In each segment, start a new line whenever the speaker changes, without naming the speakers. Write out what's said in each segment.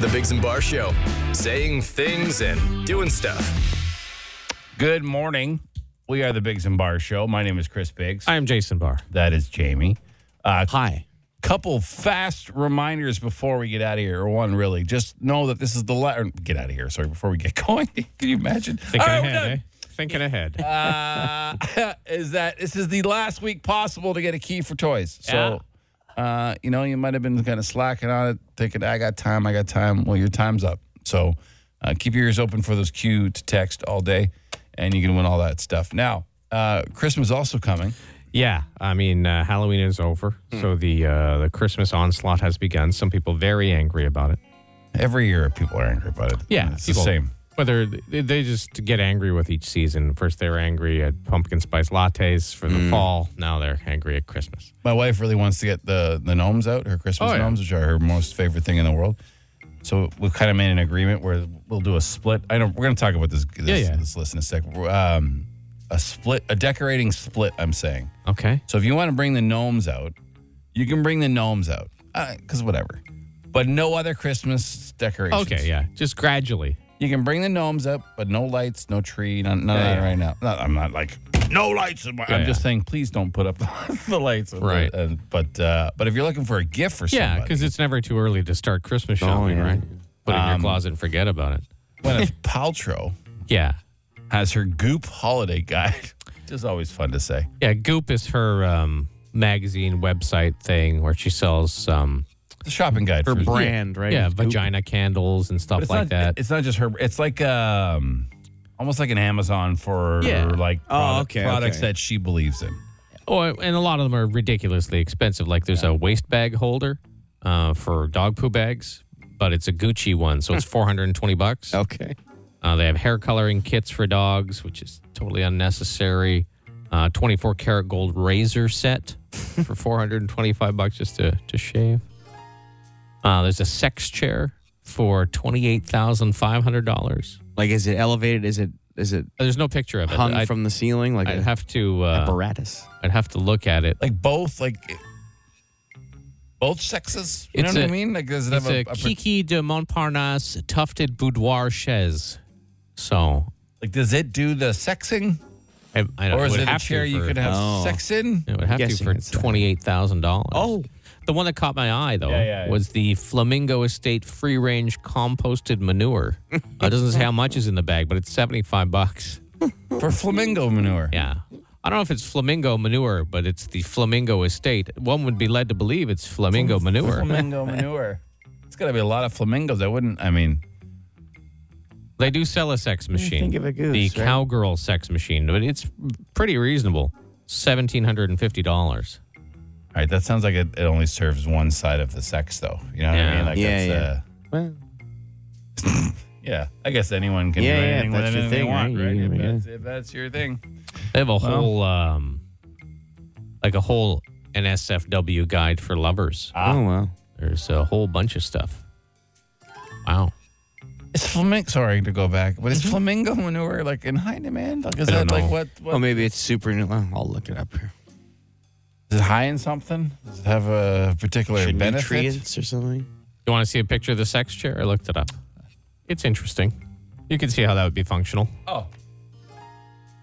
The Biggs and Bar Show, saying things and doing stuff.
Good morning. We are the Biggs and Bar Show. My name is Chris Biggs.
I am Jason Barr.
That is Jamie. Uh,
Hi.
couple fast reminders before we get out of here, or one really. Just know that this is the la- or Get out of here. Sorry, before we get going. Can you imagine?
Thinking
All right, we're
ahead,
done.
eh? Thinking ahead.
uh, is that this is the last week possible to get a key for toys. So, uh, you know, you might have been kind of slacking on it, thinking, I got time, I got time. Well, your time's up. So uh, keep your ears open for those cue to text all day, and you can win all that stuff. Now, uh, Christmas also coming.
yeah, I mean uh, Halloween is over, so the uh, the Christmas onslaught has begun. Some people very angry about it. Uh,
Every year, people are angry about it. it's
people-
the same.
Whether they they just get angry with each season. First they were angry at pumpkin spice lattes for the fall. Now they're angry at Christmas.
My wife really wants to get the the gnomes out, her Christmas
Oh, yeah.
gnomes, which are her most favorite thing in the world. So we've kind of made an agreement where we'll do a split. I don't. We're going to talk about this. this
Yeah, yeah.
This list in a second. Um, a split, a decorating split. I'm saying.
Okay.
So if you want to bring the gnomes out, you can bring the gnomes out, because whatever. But no other Christmas decorations.
Okay. Yeah. Just gradually.
You can bring the gnomes up, but no lights, no tree, none, none of
Yeah,
that
yeah.
right now. No, I'm not like no lights. In my, I'm
Yeah,
just
yeah.
saying, please don't put up the lights.
Right.
And, but uh, but if you're looking for a gift for somebody,
Yeah, because it's never too early to start Christmas shopping, right? Put it in your closet and forget about it.
Gwyneth Paltrow
Yeah.
has her Goop holiday guide. Just always fun to say.
Yeah, Goop is her um, magazine website thing where she sells um,
The shopping guide
Her
for
brand, right?
yeah
is Goop.
vagina candles and
But
stuff
it's
like
not,
that.
It's not just her. It's like um, almost like an Amazon for
Yeah.
like
Oh,
product-
okay,
products
okay.
that she believes in.
Oh, and a lot of them are ridiculously expensive. Like there's a waste bag holder uh, for dog poo bags, but it's a Gucci one, so it's 420 bucks.
Okay.
Uh, they have hair coloring kits for dogs, which is totally unnecessary. Uh, 24 karat gold razor set for 425 bucks just to, to shave. Uh, there's a sex chair for $28,500.
Like, is it elevated? Is it is it
Uh, There's no picture of it.
hung
I'd,
from the ceiling like
I'd
an
have to uh,
apparatus?
I'd have to look at it.
Like both, like both sexes. You
It's
know what I
a-
mean? Like does it
It's
have
a,
a, a par-
Kiki de Montparnasse tufted boudoir chaise. So
Like, does it do the sexing,
I, I
or is
would
it a
have to
chair you
for-
could have
Oh.
sex in?
It would have to
guessing
for
it's that.
twenty eight thousand dollars.
Oh.
the one that caught my eye though
Yeah, yeah, yeah.
was the Flamingo Estate free range composted manure. Uh, it doesn't say how much is in the bag, but it's seventy five bucks.
for flamingo manure?
Yeah. I don't know if it's flamingo manure, but it's the flamingo estate. One would be led to believe it's flamingo manure.
Flamingo manure. It's got to be a lot of flamingos. I wouldn't. I mean,
They do sell a sex machine.
think of a goose,
the
right?
cowgirl sex machine, but it's pretty reasonable. Seventeen hundred and fifty dollars.
all right. That sounds like it, it only serves one side of the sex, though. You know what I
Yeah.
mean? Like
Yeah,
that's,
yeah.
Uh,
Well,
yeah. I guess anyone can
Yeah,
do
yeah, if
anything with
that's your
anything
thing,
they want,
right?
right?
You-
If,
yeah.
that's, if that's your thing.
They have a whole um like a whole NSFW guide for lovers.
oh well.
There's a whole bunch of stuff. Wow.
It's flamingo. Sorry to go back, but is flamingo manure like in high demand? Like, is
Mm-hmm. I don't
that like
know.
what? what
Well, maybe it's super new. Well, I'll look it up here.
is it high in something? Does it have a particular
Should
benefit?
nutrients or something?
You want to see a picture of the sex chair? I looked it up. It's interesting. You can see how that would be functional.
Oh.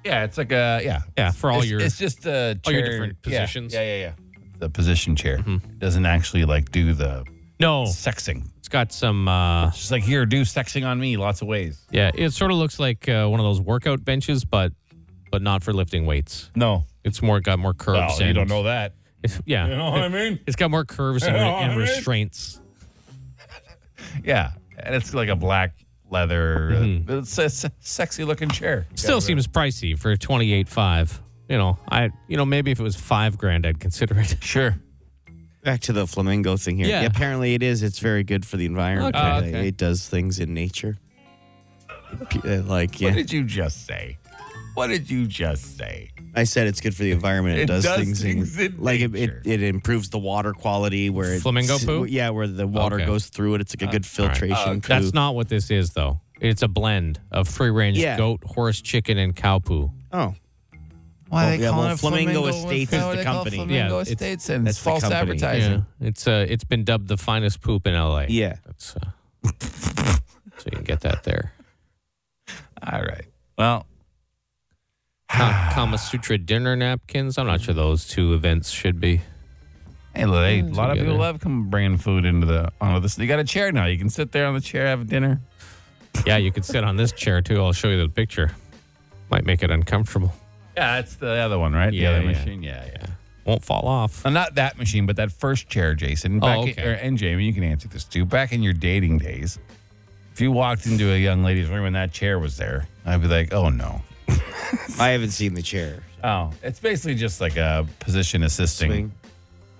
Yeah, it's like a yeah.
Yeah, for all
it's,
your
it's just a chair.
all your different
yeah,
positions. Mm-hmm.
Yeah, yeah, yeah. The position chair doesn't actually like do the
No,
sexing.
it's got some uh
She's like, here, do sexing on me lots of ways.
yeah, it sort of looks like uh, one of those workout benches but but not for lifting weights.
No,
It's more got more curves
well, you
and-
don't know that.
It's- yeah.
You know what I mean?
It's got more curves and,
You know what
and
I mean?
restraints.
Yeah, and it's like a black leather, uh, it's a se- sexy looking chair. You
Mm-hmm. Still
gotta-
seems pricey for twenty eight five. You know, I you know maybe if it was five grand, I'd consider it.
sure.
Back to the flamingo thing here.
Yeah.
apparently it is. It's very good for the environment.
Okay.
It-
Oh, okay.
It does things in nature. P- uh, Like
What
yeah,
did you just say? What did you just say?
I said it's good for the environment. It,
It
does,
does
things,
things
in,
in
like it, it.
nature.
It improves the water quality where it,
Flamingo poo?
Yeah, where the water
Okay. Uh,
goes through it. It's like a good filtration. poo.
That's not what this is though. It's a blend of free range
Yeah.
goat, horse, chicken, and cow poo.
Oh,
Why
Well, yeah, well, Flamingo Estates
Why
is
do
the
they call it
company.
Yeah,
Flamingo
it's-
Estates and
that's
it's
the
false
company.
advertising.
It's uh it's been dubbed the finest poop in L.A.
yeah.
It's, uh, get that there.
All right. Well,
Ka- Kama Sutra dinner napkins. I'm not sure those two events should be.
hey, look, hey, a lot of
together.
people love come bringing food into the onto this. You got a chair now. You can sit there on the chair, have dinner.
Yeah, you could sit on this chair too. I'll show you the picture. Might make it uncomfortable.
Yeah, that's the other one, right?
Yeah,
the other
yeah.
machine. Yeah, yeah.
Won't fall off.
Uh, not that machine, but that first chair, Jason. Back
Oh, okay.
in, or, and Jamie, you can answer this too. Back in your dating days, if you walked into a young lady's room and that chair was there, I'd be like, oh no.
I haven't seen the chair.
Oh, it's basically just like a position assisting.
Swing.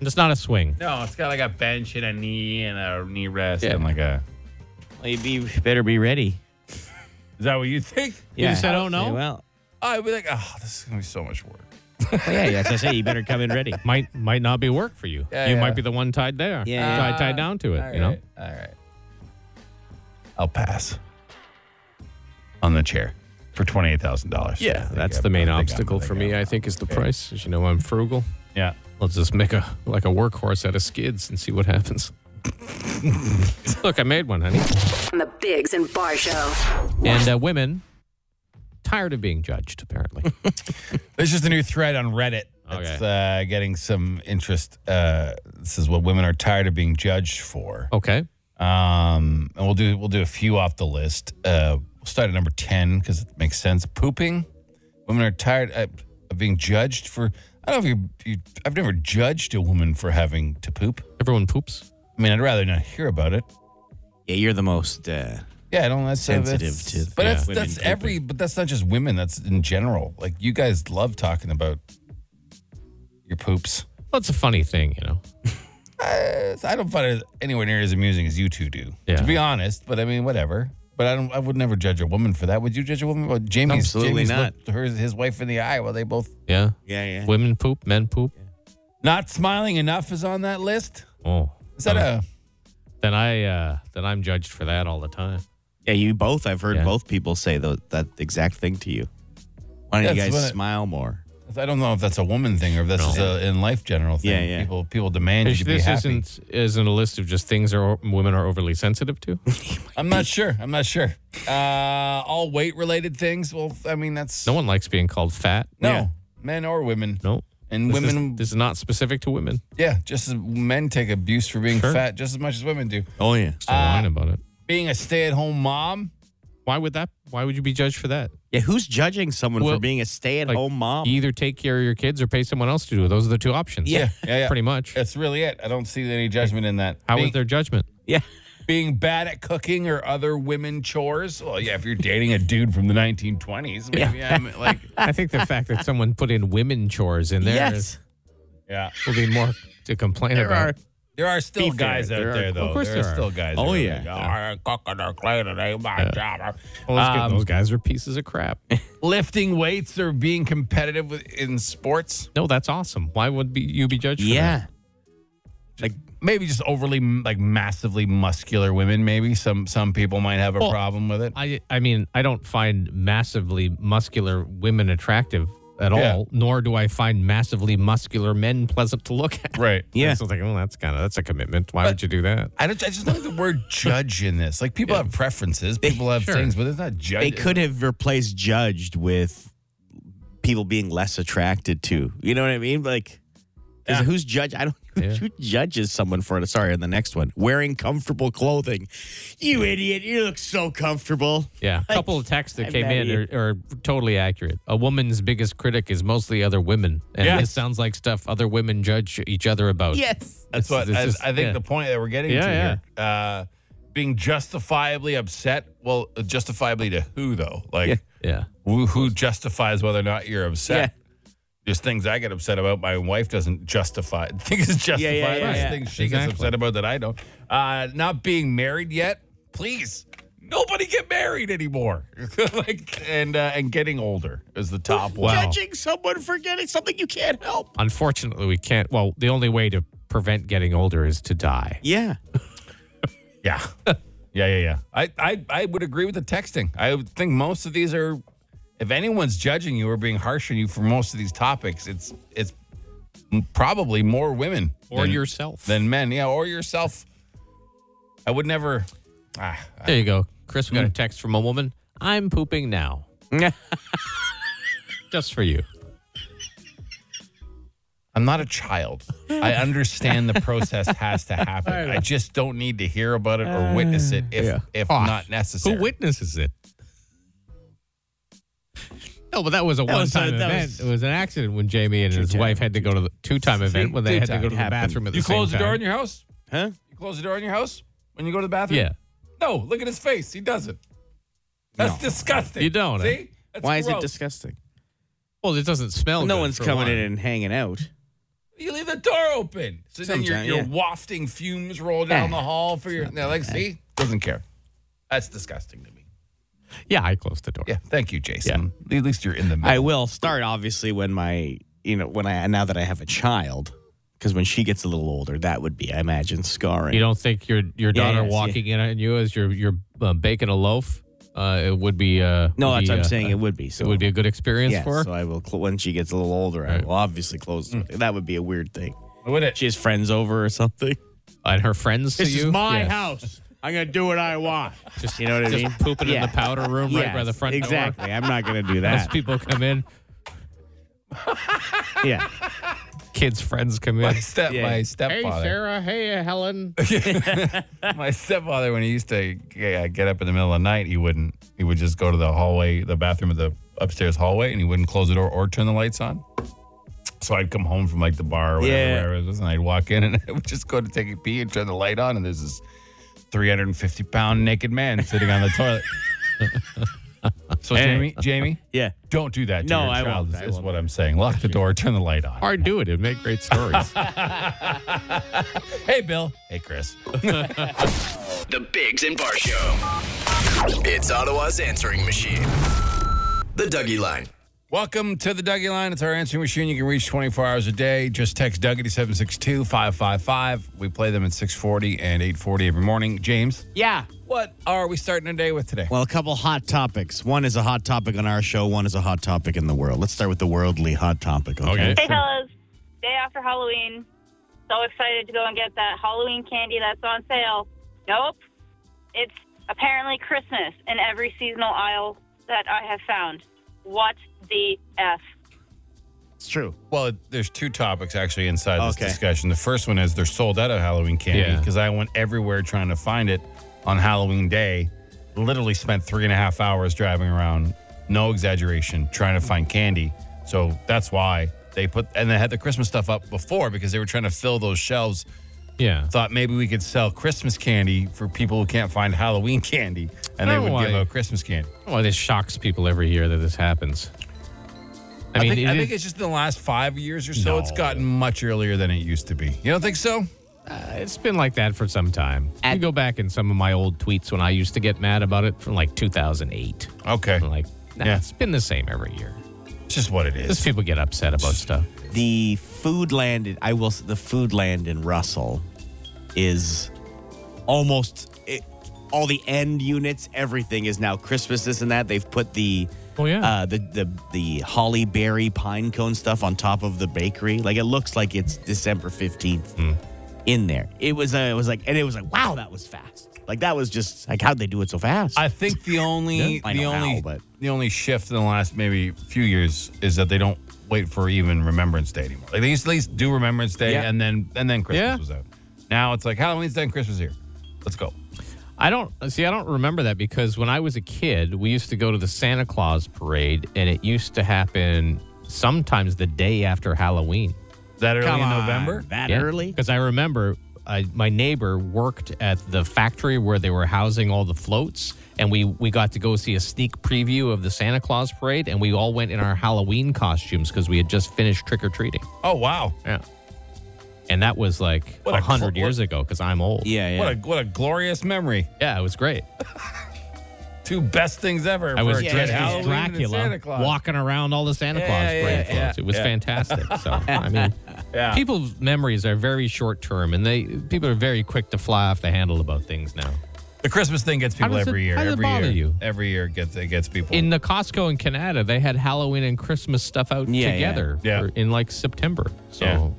It's not a swing.
No, it's got like a bench and a knee and a knee rest
Yeah.
and like a.
Well, you be, better be ready.
Is that what you think?
You just said, "Oh, no?"
Yeah, Well,
I'd be like, oh, this is gonna be so much work.
well, yeah, that's what I say. You better come in ready.
Might might not be work for you.
Yeah,
you
yeah. Ah,
might be the one tied there.
Yeah,
Tied, tied down to it, you know?
All right. I'll pass on the chair for twenty eight thousand dollars.
Yeah, that's the main obstacle for me, I think, is the price. As you know, I'm frugal.
Yeah.
Let's just make a like a workhorse out of skids and see what happens. Look, I made one, honey.
on the Bigs and Bar Show.
And uh, women tired of being judged, apparently.
There's just a new thread on Reddit that's uh, getting some interest. Uh, this is what women are tired of being judged for.
okay.
Um, and we'll do we'll do a few off the list. Uh, we'll start at number ten because it makes sense. Pooping. Women are tired of of being judged for. I don't know if you, you. I've never judged a woman for having to poop.
Everyone poops.
I mean, I'd rather not hear about it.
Yeah, you're the most. Uh,
Yeah, I don't. That's
Sensitive
that's,
to-
but
yeah.
that's
women
that's
pooping.
every. But that's not just women. That's in general. Like you guys love talking about your poops.
Well, it's a funny thing, you know.
Uh, I don't find it anywhere near as amusing as you two do.
Yeah.
To be honest, but I mean, whatever. But I don't. I would never judge a woman for that. Would you judge a woman? Well, Jamie's
Absolutely
Jamie's
not.
looked Her, his wife in the eye while they both
Yeah.
yeah, yeah.
Women poop, men poop.
not smiling enough is on that list.
Oh.
Is that a?
Then I uh then I'm judged for that all the time.
Yeah, you both. I've heard
Yeah.
both people say tho- that exact thing to you. Why don't
That's
you
what I-
guys smile more?
I don't know if that's a woman thing or if that's
No.
just a in life general thing.
Yeah, yeah.
People people demand you
This
to be happy.
isn't isn't a list of just things are women are overly sensitive to.
I'm not sure. I'm not sure. Uh, all weight related things. Well, I mean that's
No one likes being called fat.
no
yeah.
men or women.
No.
And
This is-
women,
this is not specific to women.
yeah, just as men take abuse for being
Sure.
fat just as much as women do.
Oh yeah,
Just
Uh,
don't whine about it.
being a stay-at-home mom.
Why would that? Why would you be judged for that?
yeah. Who's judging someone
Well,
for being a
Like,
stay-at-home mom?
you either take care of your kids or pay someone else to do it. Those are the two options.
Yeah.
Yeah, yeah.
pretty much.
That's really it. I don't see any judgment in that.
How
being,
was their judgment?
yeah,
being bad at cooking or other women chores? Well, yeah, if you're dating a dude from the 1920s, maybe I'm like,
I think the fact that someone put in women chores in there
yes.
yeah.
will be more to complain
There
about.
are
There are still
Be fair,
guys out
there
there,
are-
though.
of course
are
there are.
still guys.
Oh,
that are
yeah.
like, "Oh, I'm cooking or cleaning, ain't my job."
Well, let's get-
Um,
those guys are pieces of crap.
Lifting weights or being competitive with, in sports,
no, that's awesome. Why would be you be judged? For that?
yeah.
like maybe just overly, like massively muscular women. Maybe some some people might have a
Well,
problem with it.
I I mean, I don't find massively muscular women attractive at
Yeah.
all. Nor do I find massively muscular men pleasant to look at.
right.
Yeah.
So it's like, oh, that's kind of that's a commitment. Why
But-
would you do that?
I don't. I just don't like the word judge in this. Like people have preferences, people have
sure.
things, but it's not judge.
They could have replaced judged with people being less attracted to. You know what I mean? Like, 'cause
Yeah.
who's judge? I don't.
Yeah.
Who judges someone for it? Sorry, on the next one, wearing comfortable clothing. You idiot! You look so comfortable.
Yeah, a couple of texts that
I'm
came
mad
in
at
are, are totally accurate. A woman's biggest critic is mostly other women, and
Yeah.
this sounds like stuff other women judge each other about.
Yes.
That's
This
what
is-
I,
this is-
I think
yeah.
the point that we're getting
Yeah,
to
yeah.
here. Uh, being justifiably upset. Well, justifiably to who though? Like
yeah,
who, who justifies whether or not you're upset? There's things I get upset about. My wife doesn't justify. Things is justified.
yeah, yeah,
There's
yeah.
things she
Exactly.
gets upset about that I don't. Uh, not being married yet. Please, nobody get married anymore. like and uh, and getting older is the top one.
Judging someone for getting something you can't help.
unfortunately, we can't. Well, the only way to prevent getting older is to die.
Yeah.
Yeah. yeah, yeah, yeah. I, I, I would agree with the texting. I would think most of these are if anyone's judging you or being harsh on you for most of these topics, it's it's m- probably more women
Or
than,
yourself.
than men. Yeah, or yourself. I would never ah,
there you go. Chris, we got a text from a woman. I'm pooping now. Just for you.
I'm not a child. I understand the process has to happen. I Uh, just don't need to hear about it or witness it if if
Oh,
not necessary.
Who witnesses it? No, but that was a
was a-
one-time
that
event.
was-
it was an accident when Jamie and his
Two-time,
wife had to go to the two-time event when they had to
Two-time.
go to the
Happened.
bathroom at the
you
same
close the door
time.
in your house?
Huh?
You close the door in your house when you go to the bathroom?
yeah.
No, look at his face. He doesn't. That's disgusting.
You don't, eh?
See? That's
Why is it
gross.
disgusting?
Well, it doesn't smell.
No
good
one's
for
coming
one.
in and hanging out.
You leave the door open. So then
Sometime,
you're, you're
yeah. Eh.
wafting fumes roll down
Yeah.
the hall for your. Now, like, see? Doesn't care. That's disgusting to me.
Yeah, I closed the door.
Yeah. Thank you, Jason. At least you're in the middle.
I will start obviously when my you know when I now that I have a child because when she gets a little older that would be I imagine scarring.
You don't think your your
Yeah,
daughter
yes,
walking in on you as you're you're uh, baking a loaf? Uh, it would be. Uh,
no,
would
that's
be,
what
uh,
I'm saying.
uh,
it would be. So
It would be a good experience
yeah.
for her.
So I will cl- when she gets a little older I will obviously close.
Mm.
the That would be a weird thing.
Would it?
She has friends over or something.
and her friends
This
to you.
is my
Yes.
house. I'm gonna do what I want.
Just
You know what I
just
mean?
pooping
Yeah.
in the powder room right by the front
exactly.
door.
I'm not gonna do
As
that.
people come in,
yeah.
kids' friends come
My
in.
step,
Yeah.
my stepfather,
Hey, Helen.
my stepfather, when he used to uh, get up in the middle of the night, he wouldn't. He would just go to the hallway, the bathroom of the upstairs hallway, and he wouldn't close the door or turn the lights on. So I'd come home from like the bar or whatever,
Yeah.
wherever it was, and I'd walk in and I would just go to take a pee and turn the light on, and there's this 350 pound naked man sitting on the toilet. so Jamie, Jamie,
Yeah.
don't do that. To
No,
your
I
child,
won't.
is-
I
Is,
won't.
what I'm saying. Lock the door, turn the light on.
Hard do it. It'd make great stories.
Hey, Bill. Hey, Chris.
The Bigs and Bar Show. It's Ottawa's answering machine. The Dougie Line.
Welcome to the Dougie Line. It's our answering machine. You can reach 24 hours a day. Just text Dougie to 762 555. We play them at 640 and 840 every morning. James,
Yeah.
what are we starting our day with today?
Well, a couple hot topics. One is a hot topic on our show. One is a hot topic in the world. Let's start with the worldly hot topic. Okay.
Okay.
Hey, fellas. Day after Halloween. So excited to go and get that Halloween candy that's on sale. Nope. It's apparently Christmas in every seasonal aisle that I have found. What the F?
It's true.
Well, there's two topics actually inside this
Okay.
discussion. The first one is they're sold out of Halloween candy
Yeah.
because I went everywhere trying to find it on Halloween day. Literally spent three and a half hours driving around, no exaggeration, trying to find candy. So that's why they put and they had the Christmas stuff up before because they were trying to fill those shelves.
yeah.
Thought maybe we could sell Christmas candy for people who can't find Halloween candy, and they
Oh,
would
I-
give out Christmas candy.
Well, this shocks people every year that this happens. I
I,
mean,
think,
it
I
is-
think it's just in the last five years or so. It's gotten much earlier than it used to be. You don't think so?
It's been like that for some time. you go back in some of my old tweets when I used to get mad about it from like 2008.
Okay.
I'm like, nah,
Yeah.
it's been the same every year.
It's just what it
Just
is.
people get upset about stuff.
The food land. In, I will. s- The food land in Russell is almost it, all the end units. Everything is now Christmas. This and that. They've put the.
Oh, yeah.
Uh, the, the the holly berry pine cone stuff on top of the bakery, like it looks like it's December fifteenth
Hmm.
in there. It was uh, it was like, and it was like, wow, that was fast. Like that was just like how'd they do it so fast?
I think the only
Yeah, I
the
know
only
how, but-
the only shift in the last maybe few years is that they don't wait for even Remembrance Day anymore. Like they used to at least do Remembrance Day
Yeah.
and then and then Christmas
Yeah.
was out. Now it's like Halloween's done, Christmas here. Let's go.
I don't see. I don't remember that because when I was a kid, we used to go to the Santa Claus parade, and it used to happen sometimes the day after Halloween.
Is that early
Come
in
on,
November?
that early.
Because I remember I, my neighbor worked at the factory where they were housing all the floats, and we we got to go see a sneak preview of the Santa Claus parade, and we all went in our Halloween costumes because we had just finished trick or treating.
Oh wow.
Yeah, and that was like
What a
a hundred
cl-
years ago because I'm old.
Yeah, yeah.
What a what a glorious memory.
yeah, it was great.
Two best things ever.
I
for
was
a kid.
dressed
Halloween
as
and
Dracula,
Santa Claus.
walking around all the Santa
Yeah,
Claus
yeah,
parade
yeah,
floats.
yeah,
it was
yeah.
fantastic. So I mean,
Yeah.
people's memories are very short term, and they people are very quick to fly off the handle about things now.
The Christmas thing gets people
does it-
every year.
how does it
every
bother
year.
you?
Every year it gets it gets people.
In the Costco in Canada, they had Halloween and Christmas stuff out
Yeah, yeah.
together
Yeah.
for- in like September. So
Yeah.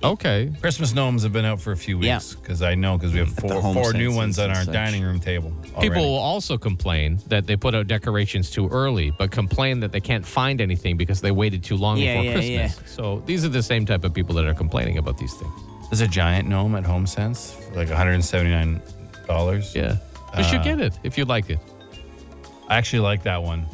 Okay.
Christmas gnomes have been out for a few
Yeah.
weeks because I know because we have
the
four,
home
four new
senses
ones on
and
our
such.
dining room table. already.
People will also complain that they put out decorations too early, but complain that they can't find anything because they waited too long
Yeah,
before
yeah,
Christmas. So these are the same type of people that are complaining about these things.
There's a giant gnome at HomeSense for like $179.
Yeah. You should get it if you like it.
I actually like that one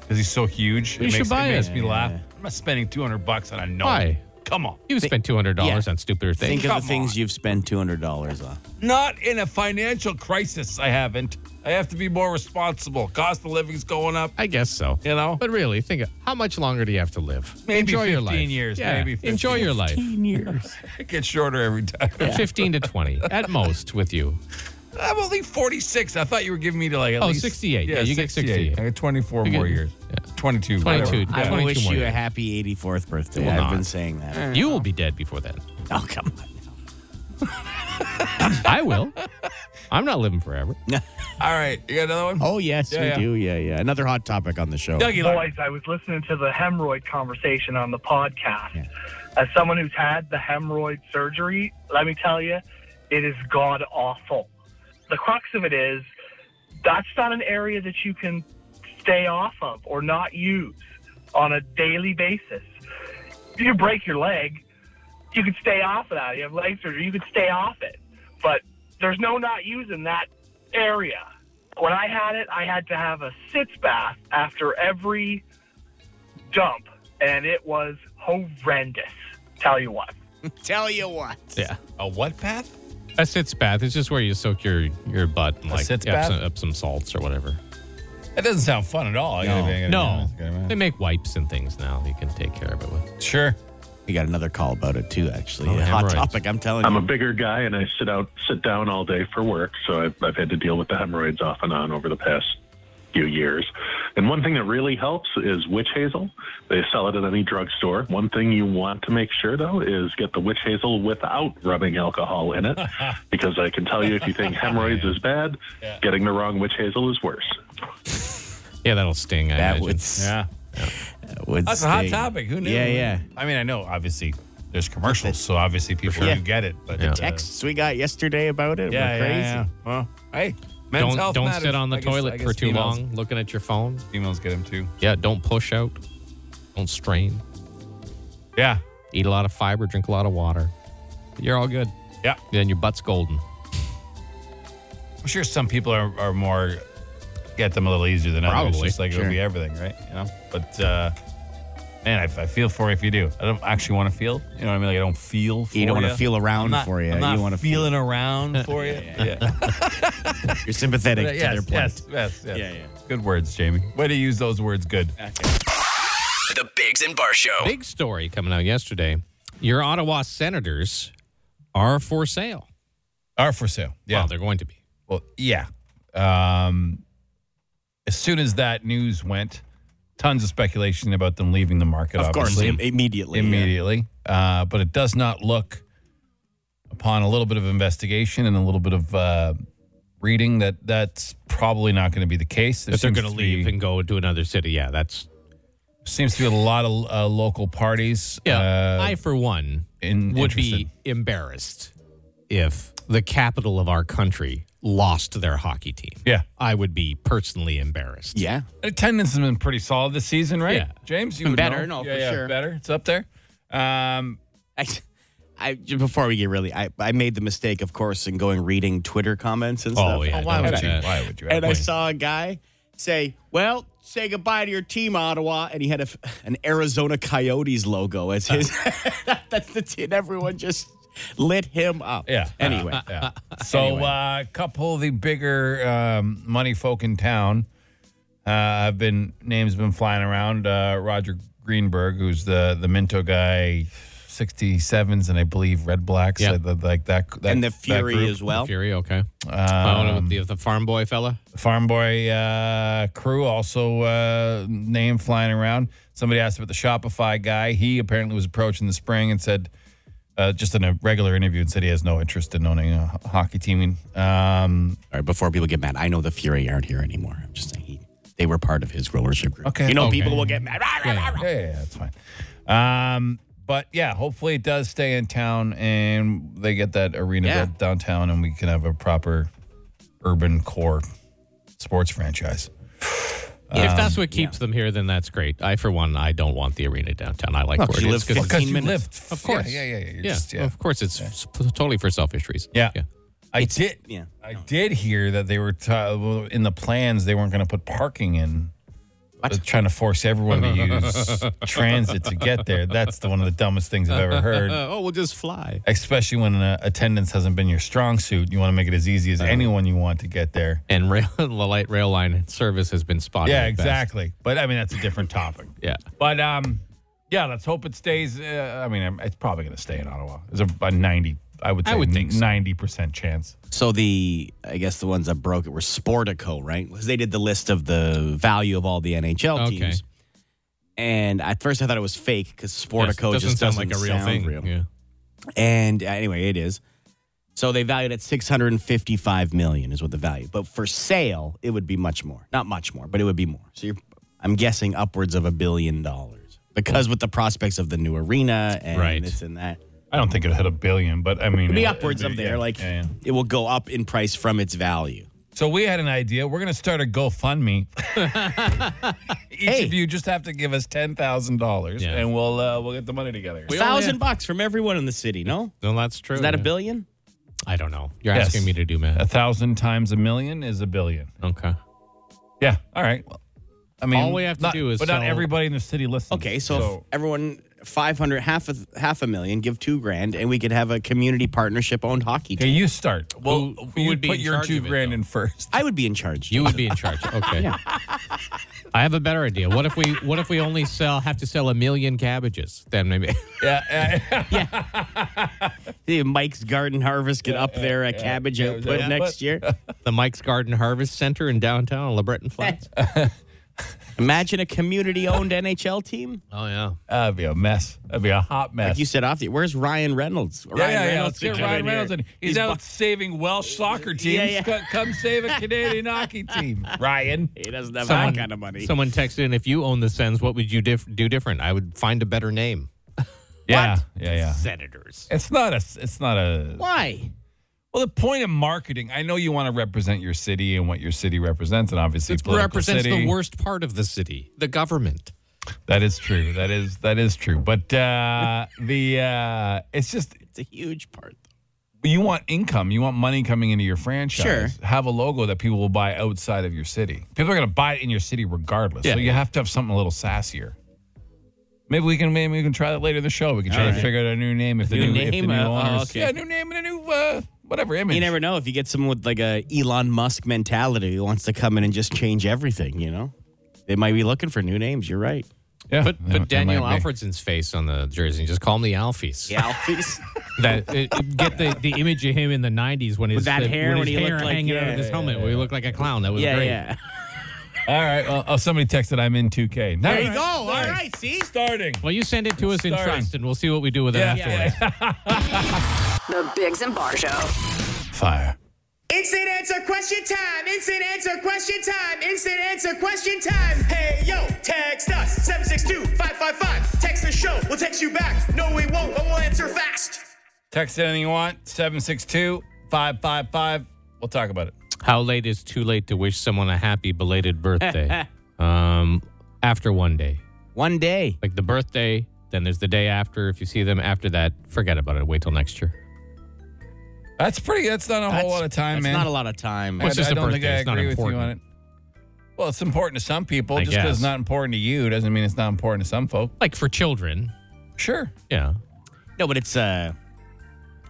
because he's so huge.
You should
makes,
buy it.
makes me laugh. I'm not spending 200 bucks on a gnome.
Why?
Come on.
You spent two hundred dollars on stupider things.
Think of
Come
the things
on.
you've spent two hundred dollars on.
Not in a financial crisis. I haven't. I have to be more responsible. Cost of living's going up.
I guess so.
You know?
But really, think of how much longer do you have to live?
Maybe
Enjoy your
15
life.
years,
Yeah.
maybe 15.
Enjoy your life.
It gets shorter every time.
Fifteen to twenty at most with you.
I'm only 46. I thought you were giving me to like at
Oh,
least
68. Yeah, you get 68.
I got 24
You
more
get-
years. 22.
22.
whatever.
I
Yeah.
wish
22 more
you a
years.
happy 84th birthday.
Well,
I've
not.
been saying
Eh.
that.
You will be dead before then.
Oh come on.
I will. I'm not living forever.
All right. You got another one?
Oh yes,
Yeah,
we
yeah.
do. Yeah, yeah. Another hot topic on the show.
Dougie, like,
Boys, I was listening to the hemorrhoid conversation on the podcast. As someone who's had the hemorrhoid surgery, let me tell you, it is god awful. The crux of it is that's not an area that you can stay off of or not use on a daily basis. If you break your leg, you could stay off of that. You have leg surgery, you could stay off it. But there's no not using that area. When I had it, I had to have a sitz bath after every dump, and it was horrendous. Tell you what.
Tell you what.
Yeah.
a what path?
A sitz bath is just where you soak your, your butt and like
sitz
up,
bath?
Some, up some salts or whatever.
That doesn't sound fun at all. I gotta be- I gotta be
No,
honest. I gotta be
they
honest.
make wipes and things now. that You can take care of it with.
Sure.
We got another call about it too. Actually, Yeah, hot
hemorrhoids.
topic. I'm telling
I'm
you.
a bigger guy and I sit out, sit down all day for work. So I've, I've had to deal with the hemorrhoids off and on over the past few years. And one thing that really helps is witch hazel. They sell it at any drugstore. One thing you want to make sure though is get the witch hazel without rubbing alcohol in it, because I can tell you if you think hemorrhoids is bad, getting the wrong witch hazel is worse.
Yeah, that'll sting. I
that
imagine.
would.
Yeah.
that would
That's a hot
sting.
topic. Who knew?
Yeah, yeah.
I mean, I know obviously there's commercials, so obviously people
sure.
do get it. But
Yeah.
uh,
Texts we got yesterday about it.
yeah,
were crazy.
yeah, yeah. Well, hey, men's
Don't
health
don't
matters.
sit on the
I guess-
toilet
I guess
for too
females-
long looking at your phone.
Females get them too.
Yeah, don't push out. Don't strain.
Yeah,
Eat a lot of fiber. Drink a lot of water. You're all good.
yeah.
Then your butt's golden.
I'm sure some people are, are more get them a little easier than others.
Probably.
It's just like it'll be everything, right? You know. But uh, man, I, I feel for you if you do. I don't actually want to feel. You know what I mean? Like I don't feel. For
You don't want
want
to feel around
I'm not,
for you.
I'm not
you want to feel
feeling around for you. yeah,
you're sympathetic
Yeah,
to their
yes,
plight.
yes, yes, yes.
Yeah, yeah.
Good words, Jamie. Way to use those words. Good.
The Bigs and Bar Show.
Big story coming out yesterday. Your Ottawa Senators are for sale.
Are for sale. Yeah.
Well, they're going to be.
Well, yeah. Um, as soon as that news went, tons of speculation about them leaving the market.
Of course,
obviously,
im- immediately. yeah.
immediately. Uh, but it does not look, upon a little bit of investigation and a little bit of uh, reading, that that's probably not going to be the case. There
If they're
seems
going to
to be-
leave and go to another city, yeah, that's
seems to be a lot of uh, local parties.
Yeah,
uh,
I for one
in-
would
interested.
be embarrassed if the capital of our country lost their hockey team.
yeah.
I would be personally embarrassed.
Yeah.
attendance has been pretty solid this season, right?
Yeah.
James, you
Been
would
better,
know.
no, for sure.
better. It's up there. Um,
I, I just before we get really, I, I made the mistake, of course, in going reading Twitter comments and stuff.
Oh, yeah.
why
no,
would
that-
you? Why would you?
And I saw a guy say, "Well, say goodbye to your team, Ottawa," and he had a, an Arizona Coyotes logo as his. that's the team. Everyone just lit him up.
Yeah.
Anyway,
Yeah. So, uh, a couple of the bigger um, money folk in town uh, have been names have been flying around. Uh, Roger Greenberg, who's the the Minto guy, sixty sevens, and I believe Red Blacks,
Yeah.
uh, the- like that, that.
and the
that
Fury
group.
as well.
Fury, okay. I don't know what the, the farm boy fella.
Farm Boy uh, crew also uh, name flying around. Somebody asked about the Shopify guy. He apparently was approached in the spring and said, uh, just in a regular interview, and said he has no interest in owning a ho- hockey team. Um,
All right, before people get mad, I know the Fury aren't here anymore. I'm just saying he, they were part of his rulership group.
Okay.
You know,
Okay.
people will get mad.
yeah, yeah, yeah, that's fine. Um, But yeah, hopefully it does stay in town and they get that arena
Yeah.
built downtown and we can have a proper urban core sports franchise.
if that's what keeps them here, then that's great. I, for one, I don't want the arena downtown. I like where
you
it
live
is 'cause-
15
you
minutes.
live-
Of course.
Yeah, yeah, yeah. You're
Yeah,
just- yeah.
of course. It's s- totally for selfish reasons.
Yeah. I did.
yeah.
I did hear that they were t- well, in the plans. They weren't going to put parking in. They're trying to force everyone to use transit to get there. That's the one of the dumbest things I've ever heard.
oh, we'll just fly.
Especially when uh, attendance hasn't been your strong suit. You want to make it as easy as anyone you want to get there.
And rail, the light rail line service has been spotted.
Yeah,
at best.
exactly. But I mean, that's a different topic.
Yeah.
But um, yeah, let's hope it stays. Uh, I mean, I'm- it's probably going to stay in Ottawa. There's a, a 90, I would
I
say,
would think so.
90% chance.
So the I guess the ones that broke it were Sportico, right? Because they did the list of the value of all the NHL
Okay.
teams. And at first I thought it was fake because
Yes,
Sportico
doesn't
just
sound
doesn't
like a real
sound
thing.
real.
Yeah.
And uh, anyway, it is. So they valued at 655 million is what the value. But for sale, it would be much more. Not much more, but it would be more. So you're I'm guessing upwards of a billion dollars. Because with the prospects of the new arena and
Right.
this and that.
I don't think it'll hit a billion, but I mean,
It'd be
it-
upwards
it'd
of
be-
there.
yeah,
like
yeah, yeah.
it will go up in price from its value.
So we had an idea. We're going to start a GoFundMe. Each
Hey.
of you just have to give us ten thousand dollars,
Yeah.
and we'll uh, we'll get the money together.
We only
thousand
have-
bucks from everyone in the city. No,
No, that's true.
is that a
yeah.
billion?
I don't know. You're
Yes.
asking me to do math.
A thousand times a million is a billion.
Okay.
Yeah. All right. I mean,
All we have to
not-
do is
but not
sell-
everybody in the city listens.
Okay, so, if everyone five hundred, half a half a million, give two grand, and we could have a community partnership owned hockey
okay,
team.
you start. Well,
who
you
would be
put
in
your
charge
two
of it,
grand
though?
in first.
I would be in charge.
You would be in charge. Okay. I have a better idea. What if we what if we only sell have to sell a million cabbages? Then maybe
yeah. yeah.
See if Mike's Garden Harvest get up there a cabbage
yeah,
output
yeah.
next year.
the Mike's Garden Harvest Center in downtown La Breton Flats.
Imagine a community owned NHL team.
oh yeah.
That'd be a mess. That'd be a hot mess.
Like you said off the where's Ryan Reynolds?
yeah,
Ryan
yeah, yeah.
Reynolds
Let's
could
get
come
Ryan
in here.
Reynolds in. He's,
He's
out
bu-
saving Welsh soccer teams.
yeah.
Co- Come save a Canadian hockey team, Ryan.
He doesn't have
Someone-
that kind of money.
Someone texted in, if you own the Sens, what would you dif- do different? I would find a better name.
Yeah, yeah, yeah.
Senators.
It's not a. It's not a.
Why?
Well, the point of marketing. I know you want to represent your city and what your city represents, and obviously
It
political
represents
city.
the worst part of the city, the government.
That is true. That is that is true. But uh, the uh, it's just
It's a huge part.
you want income. You want money coming into your franchise.
Sure.
Have a logo that people will buy outside of your city. People are going to buy it in your city regardless.
Yeah.
So you have to have something a little sassier. Maybe we can maybe we can try that later in the show. We can try to figure out a new name if the
New
new, if the
name?
new
Uh, oh,
owners.
okay.
Yeah, new name and a new uh, whatever image.
You never know if you get someone with like a Elon Musk mentality who wants to come in and just change everything, you know? They might be looking for new names. You're right.
yeah,
Put,
that-
put
that
Daniel
might be.
Alfredson's face on the jersey and just call him the Alfies.
The Alfies.
That it, it- get the, the image of him in the '90s when his
that
the-
hair,
when
when
his
he
hair
looked like-
hanging out
yeah,
of his
yeah,
helmet, where he looked like a clown. That was
yeah,
great.
yeah.
All right. Well, oh, somebody texted I'm in 2K. There
you go. All right, see?
Starting.
Well, you send it to us in
Starting.
trust, and we'll see what we do with it
Yeah, yeah,
afterwards.
The Bigs and Bar Show.
Fire.
Instant answer question time. Instant answer question time. Instant answer question time. Hey yo, text us 762-555. Text the show. We'll text you back. No, we won't, but we'll answer fast.
Text anything you want. 762-555. We'll talk about it.
How late is too late to wish someone a happy belated birthday? um, after one day,
One day.
like the birthday, then there's the day after. If you see them after that, forget about it. Wait till next year.
That's pretty. That's not a whole lot of time,
that's
man.
not a lot of time.
I,
Well, it's just
I
a
don't think
birthday.
I
It's not
agree with you on it.
important.
Well, it's important to some people.
I
just because it's
guess.
not important to you doesn't mean it's not important to some folk.
Like for children,
Sure.
yeah.
No, but it's a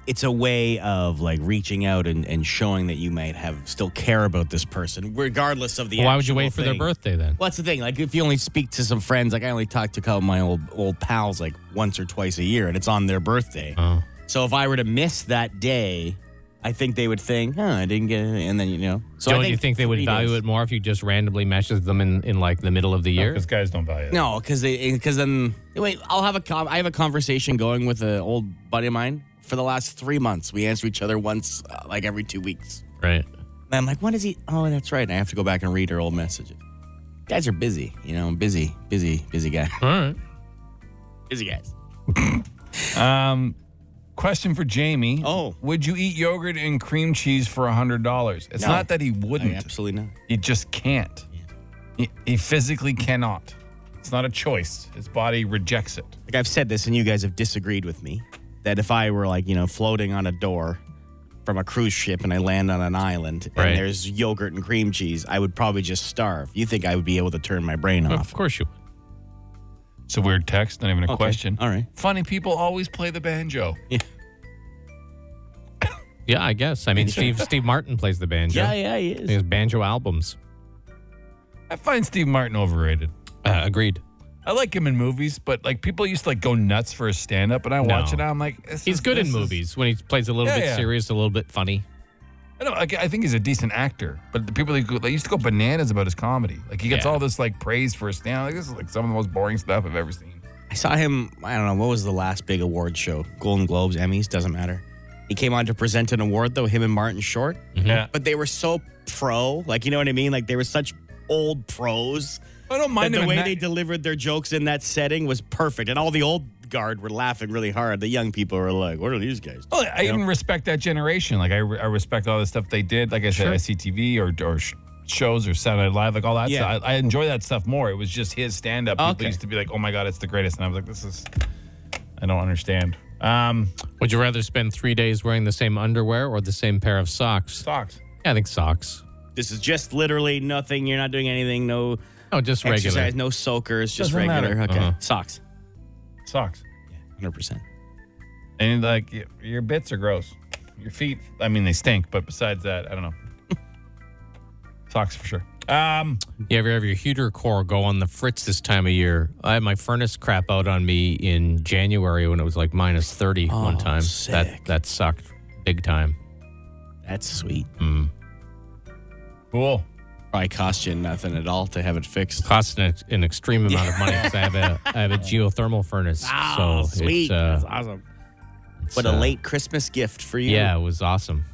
it's a way of like reaching out and, and showing that you might have still care about this person, regardless of the.
Well, why would you
actual
wait for their
thing.
birthday then?
Well, that's the thing. Like, if you only speak to some friends, like I only talk to a couple of my old old pals like once or twice a year, and it's on their birthday.
Oh.
So if I were to miss that day, I think they would think, "Huh, I didn't get it." And then you know, so I
Don't you think they would
three
value
days.
it more if you just randomly messaged them in, in like the middle of
Oh,
the year?
Because guys don't value it.
No, because they because then wait, I'll have a com- I have a conversation going with an old buddy of mine for the last three months. We answer each other once, uh, like every two weeks.
right.
And I'm like, "When is he?" Oh, that's right. And I have to go back and read her old messages. Guys are busy, you know, busy, busy, busy guy,
All right.
busy guys.
Question for Jamie.
Oh.
Would you eat yogurt and cream cheese for $100? It's
No.
not that he
I
wouldn't.
absolutely not.
He just can't. He, he physically cannot. It's not a choice. His body rejects it.
Like I've said this, and you guys have disagreed with me that if I were like you know floating on a door from a cruise ship and I land on an island
Right.
and there's yogurt and cream cheese, I would probably just starve. You think I would be able to turn my brain
Oh.
Of
off?
course you
It's a weird text, not even a
Okay.
question.
All right.
Funny people always play the banjo.
would. Yeah, I guess. I mean, Steve Steve Martin plays the banjo.
Yeah, yeah, he
He
is.
has banjo albums.
I find Steve Martin overrated.
Uh, agreed.
I like him in movies, but like people used to like go nuts for his stand up and I watch it and I'm like this
He's
is-
good in
this is-
movies when he plays a little
Yeah,
bit
yeah.
serious, a little bit funny.
I know. Like, I think he's a decent actor, but the people that go, they used to go bananas about his comedy. Like he gets
Yeah.
all this like praise for his stand. Like this is like some of the most boring stuff I've ever seen.
I saw him. I don't know what was the last big award show, Golden Globes, Emmys, doesn't matter. He came on to present an award though. Him and Martin Short,
Mm-hmm.
Yeah.
but they were so pro, like you know what I mean. Like they were such old pros.
I don't mind
that
him
the
in
way
that-
they delivered their jokes in that setting was perfect, and all the old guard were laughing really hard. The young people were like, "What are these guys?" doing?"
Well, I even respect that generation. Like I, I respect all the stuff they did. Like I said,
Sure.
I see TV or or sh- shows or Saturday Night Live, like all that
Yeah.
stuff. I, I enjoy that stuff more. It was just his stand up.
Okay.
People used to be like, "Oh my god, it's the greatest," and I was like, "This is," I don't understand. Um,
Would you rather spend three days wearing the same underwear or the same pair of socks?
socks.
Yeah, I think socks.
This is just literally nothing. You're not doing anything. No
Oh, just regular.
exercise. No soakers. Just
Doesn't
regular.
matter.
Okay.
Uh-huh.
Socks.
Socks.
Hundred percent.
And like y- your bits are gross. Your feet, I mean, they stink. But besides that, I don't know. Socks for sure. Um,
You ever have your heater core go on the fritz this time of year? I had my furnace crap out on me in January when it was like minus 30 one time. That
sick.
that sucked big time.
That's sweet.
cool.
Probably cost you nothing at all to have it fixed.
Cost an, an extreme amount of money because I have a I have a geothermal furnace.
Oh,
so
sweet.
It, uh,
That's awesome.
it's,
What a
uh,
late Christmas gift for you.
Yeah, it was awesome.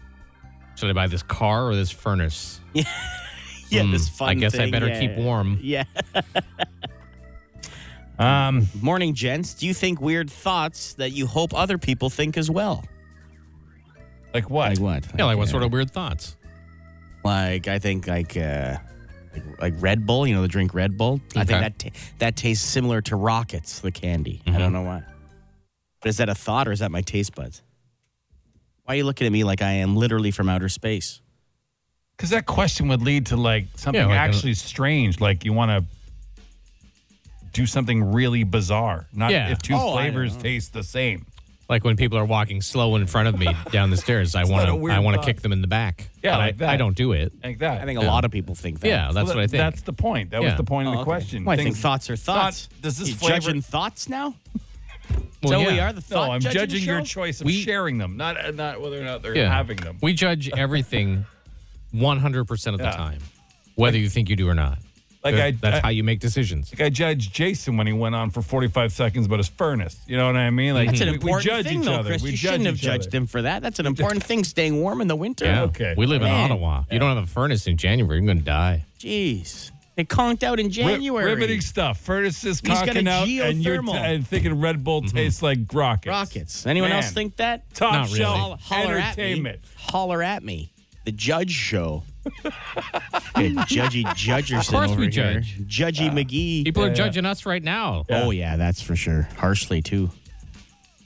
Should I buy this car or this furnace?
Yeah.
Hmm,
This fun.
I guess I
thing.
better
Yeah,
keep
yeah.
warm.
Yeah.
Um,
Morning, gents. Do you think weird thoughts that you hope other people think as well?
like what?
what? uh,
Yeah, like what sort of weird thoughts?
Like I think like uh like, like Red Bull, you know, the drink Red Bull. I
Okay.
think that ta- that tastes similar to Rockets, the candy. I
Mm-hmm.
don't know why. But is that a thought or is that my taste buds? Why are you looking at me like I am literally from outer space?
Because that question would lead to like something
Yeah, like a-
actually strange. Like you want to do something really bizarre. Not
Yeah.
if two
Oh, I
flavors
know.
taste the same.
Like when people are walking slow in front of me down the stairs, I want
a
to
weird
I want to
thought.
kick them in the back.
Yeah,
but
like
I,
that.
I don't do it.
Like that.
I think a lot of people think that.
Yeah, that's
Well,
what I think.
That's the point. That
Yeah.
was the point
Oh,
of the
okay.
question.
Well, I think thoughts are thoughts.
does this
you
flavor-
judging thoughts now?
Well,
so
yeah.
we are the thought
No, I'm
judging,
judging your
show?
choice of
We-
sharing them, not uh, not whether or not they're
Yeah.
having them.
We judge everything 100% of the
Yeah.
time, whether you think you do or not.
like I,
That- that's
I,
how you make decisions.
like I judged Jason when he went on for 45 seconds about his furnace. You know what I mean? Like
That's an
Hmm. we- we,
important
judge
thing,
each
though,
other.
Chris.
We
you
judge
shouldn't have
each other.
judged him for that. That's an important thing, staying warm in the winter.
Yeah.
okay.
We live in
Man.
Ottawa. You don't have a furnace in January. You're going to die.
Jeez. They conked out in
Ri-
January.
riveting stuff. Furnaces
got a
cocking out, and you're t-
geothermal. Mm-hmm.
and thinking Red Bull tastes like rockets.
Rockets. Anyone
Man.
else think that?
Top
Not really.
shelf
Holl- holler at me.
entertainment.
Holler at me. The judge show. Good judgy Judgerson
Of course
over
we
here.
judge.
Judgy McGee.
People are judging us right now.
Oh yeah, that's for sure. Harshly too.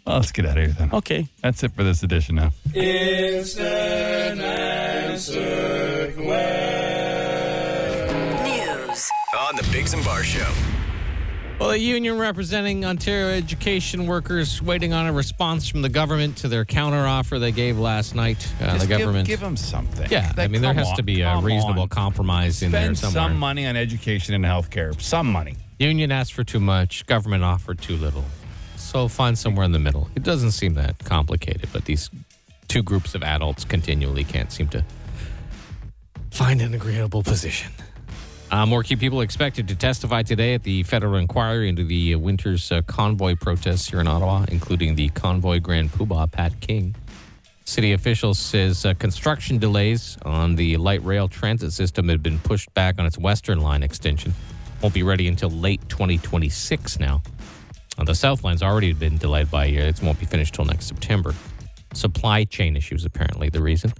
Well, let's get out of here then.
Okay.
That's it for this edition now.
News.
On the Biggs and Bar Show.
Well, a union representing Ontario education workers waiting on a response from the government to their counteroffer they gave last night. Uh, the government.
Give, them something.
yeah, I
Like,
mean, there
come
has
on,
to be a
come
reasonable
on.
compromise in there
Spend
somewhere.
some money on education and healthcare. Some money.
Union asked for too much, government offered too little. So find somewhere in the middle. It doesn't seem that complicated, but these two groups of adults continually can't seem to find an agreeable position. Uh, more key people expected to testify today at the federal inquiry into the uh, winter's uh, convoy protests here in Ottawa, including the convoy grand poobah, Pat King. City officials says uh, construction delays on the light rail transit system have been pushed back on its western line extension. Won't be ready until late 2026 now. Uh, the South Line's already been delayed by a year. It won't be finished till next September. Supply chain issues, apparently, the reason.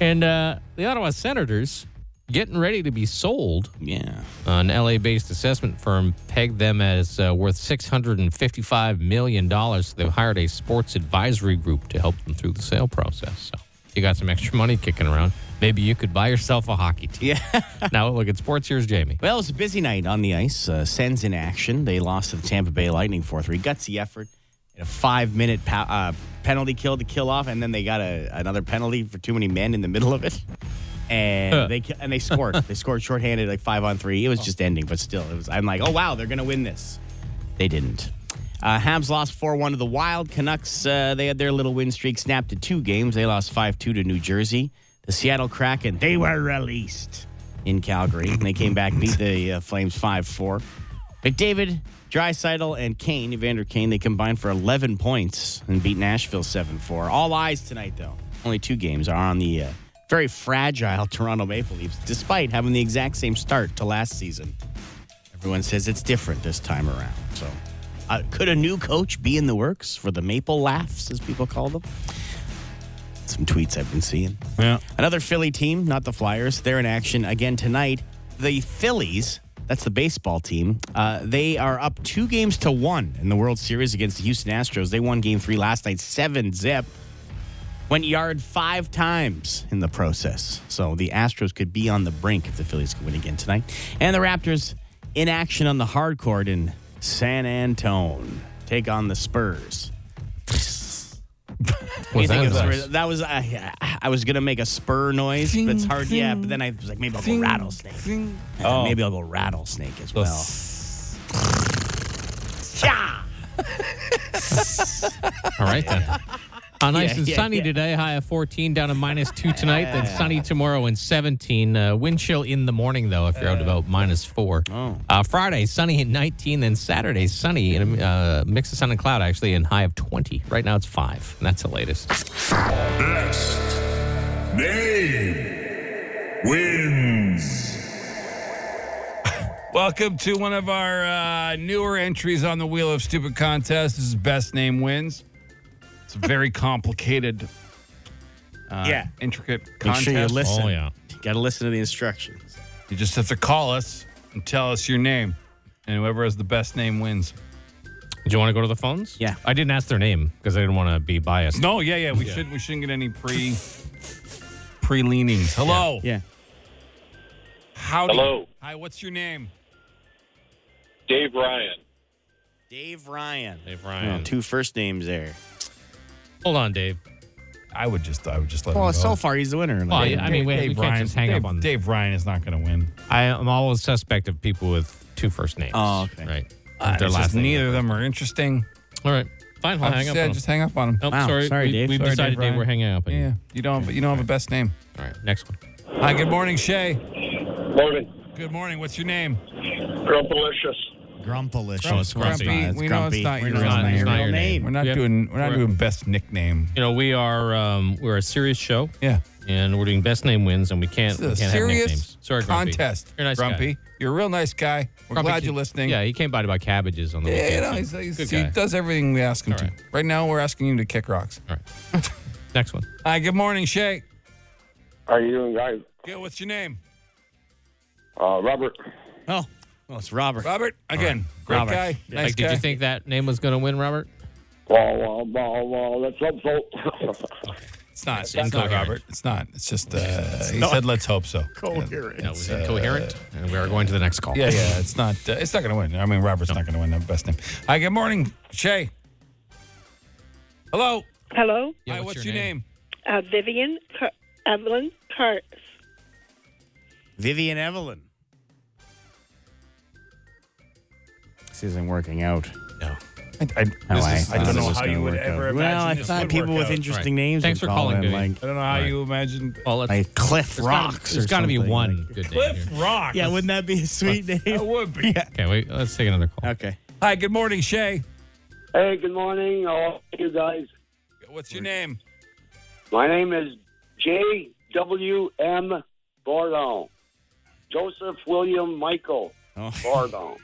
And uh, the Ottawa Senators getting ready to be sold.
Yeah.
Uh, An LA based assessment firm pegged them as uh, worth $655 million. They've hired a sports advisory group to help them through the sale process. So if you got some extra money kicking around. Maybe you could buy yourself a hockey team.
Yeah.
now, look at sports. Here's Jamie.
Well, it was a busy night on the ice. Uh, Sens in action. They lost to the Tampa Bay Lightning 4 3. Gutsy effort. And a five minute pa- uh, penalty kill to kill off. And then they got a, another penalty for too many men in the middle of it. And they ki- and they scored. they scored shorthanded, like five on three. It was just ending, but still, it was. I'm like, oh wow, they're gonna win this. They didn't. Uh, Habs lost 4 1 to the Wild. Canucks, uh, they had their little win streak snapped to two games. They lost 5 2 to New Jersey. The Seattle Kraken, they were released in Calgary. And they came back, beat the uh, Flames 5 4. McDavid, Drysidel, and Kane, Evander Kane, they combined for 11 points and beat Nashville 7 4. All eyes tonight, though. Only two games are on the uh, very fragile Toronto Maple Leafs, despite having the exact same start to last season. Everyone says it's different this time around. So, uh, could a new coach be in the works for the Maple Laughs, as people call them? Some tweets I've been seeing. Yeah. Another Philly team, not the Flyers. They're in action again tonight. The Phillies, that's the baseball team, uh, they are up two games to one in the World Series against the Houston Astros. They won game three last night, seven zip. Went yard five times in the process. So the Astros could be on the brink if the Phillies could win again tonight. And the Raptors in action on the hard court in San Antone. Take on the Spurs.
Was
You
that
think it
nice?
was- that was I, I was gonna make a spur noise, but it's hard. Yeah, but then I was like, maybe I'll go rattlesnake. And then
Oh.
Maybe I'll go rattlesnake as well. Yeah.
All right then. Uh, nice
Yeah,
and
yeah,
sunny
yeah.
today. High of 14, down to minus two tonight. Then sunny tomorrow and 17. Uh, wind chill in the morning though, if you're out about minus four.
Oh.
Uh, Friday sunny and 19. Then Saturday sunny and uh, mix of sun and cloud actually, and high of 20. Right now it's five. And that's the latest.
Best name wins.
Welcome to one of our uh, newer entries on the Wheel of Stupid contest. This is Best Name Wins. It's a very complicated, uh,
Yeah.
intricate
Make
contest.
sure you listen.
Oh, yeah.
Got to listen to the instructions.
You just have to call us and tell us your name, and whoever has the best name wins.
Do you want to go to the phones?
Yeah.
I didn't ask their name because I didn't want to be biased.
No, yeah, yeah, we shouldn't. We shouldn't get any pre pre leanings. Hello,
Yeah.
Howdy.
Hello.
Hi, what's your name?
Dave Ryan.
Dave Ryan.
Dave
Oh,
Ryan.
two first names there.
Hold on, Dave.
I would just. I would just let.
Well,
him go.
Oh, so far he's the winner.
Well, yeah, I mean, we, we can't
Ryan's-
just hang
Dave,
up on
Dave Ryan is not going to win.
I am always suspect of people with two first names.
Oh, okay.
Right.
Uh,
Their
it's
last
just
name.
neither of them are interesting.
All right. Fine. I'll
I
hang up.
said,
on
just hang up on them.
Nope,
Wow.
Oh, sorry.
Sorry,
we,
Dave.
We've
Sorry, Dave
decided, Dave,
Ryan.
we're hanging up. on you.
Yeah, you don't. Have, you don't have a best name.
All right. Next one.
Hi. Good morning, Shay.
Morning.
Good morning. What's your name?
Grumpalicious.
Grumpalicious.
Oh, it's Grumpy.
Uh, it's
We know it's
Grumpy.
not
We're
your
name. It's not your name.
We're not
Yep.
doing. We're not
We're-
doing best nickname.
You know, we are um, we're a serious show,
Yeah.
and we're doing best name wins, and we can't
This is
we
a
can't have
serious
nicknames. Sorry, Grumpy.
contest.
You're a nice guy.
Grumpy. You're a real nice guy. We're
Grumpy
glad
kid-
you're listening.
Yeah, he came by to buy cabbages on the
Yeah,
weekend.
you know, he's, he's,
Good
he
guy.
does everything we ask him to.
right.
Right now, we're asking him to kick rocks.
All right. Next one.
Hi, good morning, Shay.
How are you doing, guys?
Good, what's your name?
Uh, Robert.
Oh, well, it's Robert.
Robert. Again, great
Robert.
guy. Nice
like,
guy.
did you think that name was going to win, Robert?
Well, well, well, well, let's hope so.
it's not. It's,
not
not,
coherent.
Robert. It's not. It's just, uh, he said, let's hope so.
That was incoherent,
uh,
and we are going to the next call.
Yeah, yeah. It's not, uh, it's not going to win. I mean, Robert's not going to win that best name. Hi, good morning, Shay. Hello.
Hello,
Yeah,
Hi, what's, your, name?
uh, Vivian Car- Evelyn Kurtz.
Vivian Evelyn. This isn't working out.
I, I, this
I
is- I
thought
don't
it
know
was
how
gonna
you would
work
ever
out.
imagine
Well, I
this
thought
would
people
work
with
out.
interesting names.
Thanks for
would call
calling,
in,
Vivian.
like,
I don't know how you imagined.
Well, let's,
like Cliff
there's gotta-
Rocks.
There's
got to
be one good name. here.
Rock.
Yeah, wouldn't that be a sweet
It
name?
would be.
Okay, wait. Let's take another call.
Okay.
Hi, good morning, Shay.
hey, good morning, all you guys.
What's your name?
My name is J.W.M. Bordon. Joseph William Michael
Oh.
Bordon.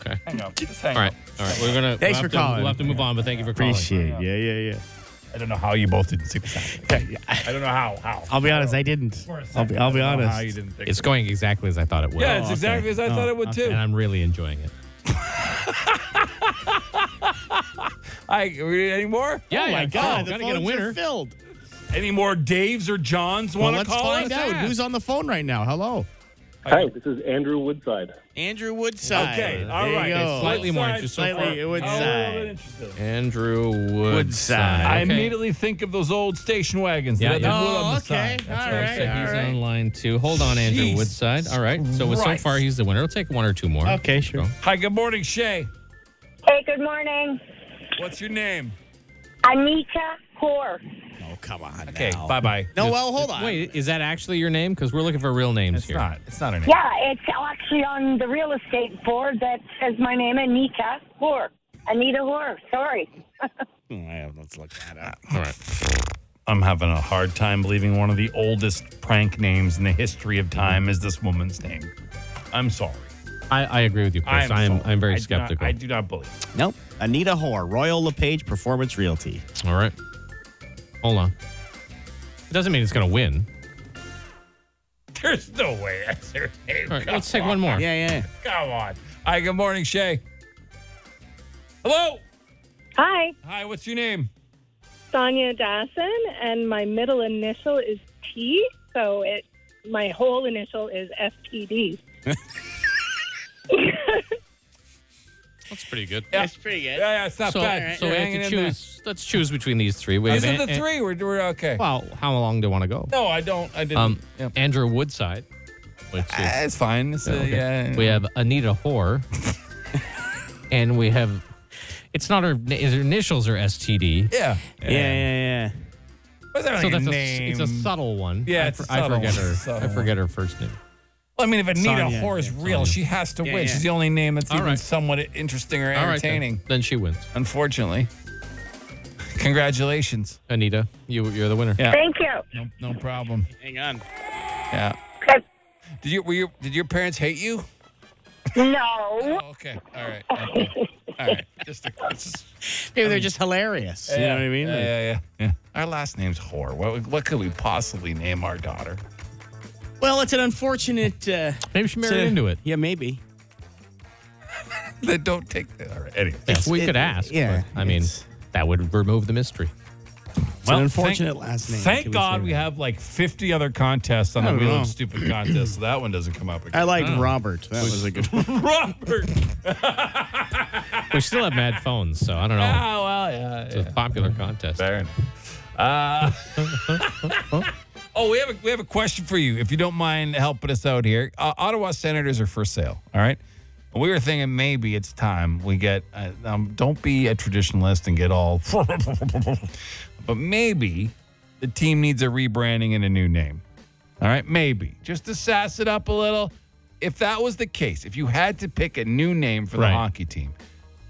Okay.
Hang up. Just hang
All right.
up.
All right. We're gonna.
Thanks
we'll have
for
to-
calling.
We'll have to move on, but thank you for calling.
Appreciate it. Yeah, yeah, yeah.
I don't know how you both didn't see what's happening. I don't know how. How.
I'll be honest, I didn't. I'll be, I'll be
I don't know
honest. Oh,
how you didn't think
It's going exactly as I thought it would.
Yeah, it's exactly as I thought it would, too. Oh
And I'm really enjoying it.
I we- any more?
Yeah,
oh my
yeah.
god,
Oh, gotta get a winner.
filled.
Any more Daves or Johns
Well,
want to
let's
call
find
us?
out who's on the phone right now. Hello.
Hi, this is Andrew Woodside.
Andrew Woodside.
Okay,
There
all
you
right.
go.
It's
Slightly more
Woodside,
interesting so far.
Slightly
I'm a little bit
Woodside.
interested.
Andrew Woodside.
I
Okay.
immediately think of those old station wagons.
Yeah,
that had the
yeah.
wood on the
Oh, okay.
side. That's
All
what I'm
right,
saying.
He's
all right.
online too. Hold on, Andrew
Jesus
Woodside. All right. So so
Christ.
far he's the winner. It'll take one or two more.
Okay, sure.
Hi, good morning, Shay.
Hey, good morning.
What's your name?
Anita Hoare.
Oh, come on.
Okay,
now.
bye bye.
No, well, hold on.
Wait, is that actually your name? Because we're looking for real names
It's
here.
not. It's not a name.
Yeah, it's actually on the real estate board that says my name, Anita Hoare. Anita Hoare, sorry.
Yeah, Let's look that up.
All right.
I'm having a hard time believing one of the oldest prank names in the history of time is this woman's name. I'm sorry.
I, I agree with you, Chris.
I'm
I am
sorry.
I'm
I
very
do not-
skeptical.
I do not believe.
Nope. Anita Hoare, Royal LePage Performance Realty.
All right. Hold on. It doesn't mean it's going to win.
There's no way that's her name.
All right,
Come
let's take one more.
Yeah, yeah.
Come on. Hi, good morning, Shay. Hello.
Hi,
Hi, what's your name?
Sonia Dasson, and my middle initial is T, so it my whole initial is FTD.
That's pretty good.
That's pretty good.
Yeah, yeah, it's not
so
bad.
so
You're
we
hanging
have to
in there.
choose. Let's choose between these three. We
These
have
are
An-
the
An-
three. We're, we're okay.
well, how long do you want to go?
No, I don't. I didn't.
Um,
Yep.
Andrew Woodside. Which is,
Ah, it's fine. It's, uh,
okay.
yeah.
We have Anita Hoare. and we have. It's not her. Her initials are STD.
Yeah.
Yeah, yeah, yeah.
What's that
So
like
that's
a
a,
name?
it's a subtle one.
Yeah,
I,
it's a
for- I
subtle
forget
one.
her.
It's a
I
subtle
forget her first name.
Well, I mean, if Anita
Sonya.
Hoare is real, she has to
Yeah,
win.
yeah.
She's the only name that's
All
even
right.
somewhat entertaining or
All right, then.
entertaining.
then she wins.
Unfortunately. Congratulations.
Anita, you you're the winner.
Yeah.
Thank you.
No, no problem.
Hang on.
Yeah. Did you were your did your parents hate you?
No.
Oh, okay. All right. Okay. All right. Just a, just,
Maybe they're just hilarious. You know what I mean?
Yeah, yeah, yeah, yeah. Our last name's Whore. What, what could we possibly name our daughter?
Well, it's an unfortunate. Uh,
Maybe she married
so-
into it.
Yeah, maybe.
That don't take that. All right. Anyway.
If we
It-
could ask.
yeah,
but, I mean,
it's-
that would remove the mystery.
It's an unfortunate last name.
Thank
Can
God
say
we
that?
have like 50 other contests on the
I don't
Wheel
know.
of Stupid contest, so that one doesn't come up
I
again.
liked Robert. That was a good one.
Robert.
We still have mad phones, so I don't know.
Ah, well, yeah.
It's a popular contest.
Fair enough. Uh, oh, we have a we have a question for you. If you don't mind helping us out here, uh, Ottawa Senators are for sale. All right. We were thinking maybe it's time we get. Uh, um, don't be a traditionalist and get all. but maybe the team needs a rebranding and a new name. All right, maybe just to sass it up a little. If that was the case, if you had to pick a new name for the
Right.
hockey team,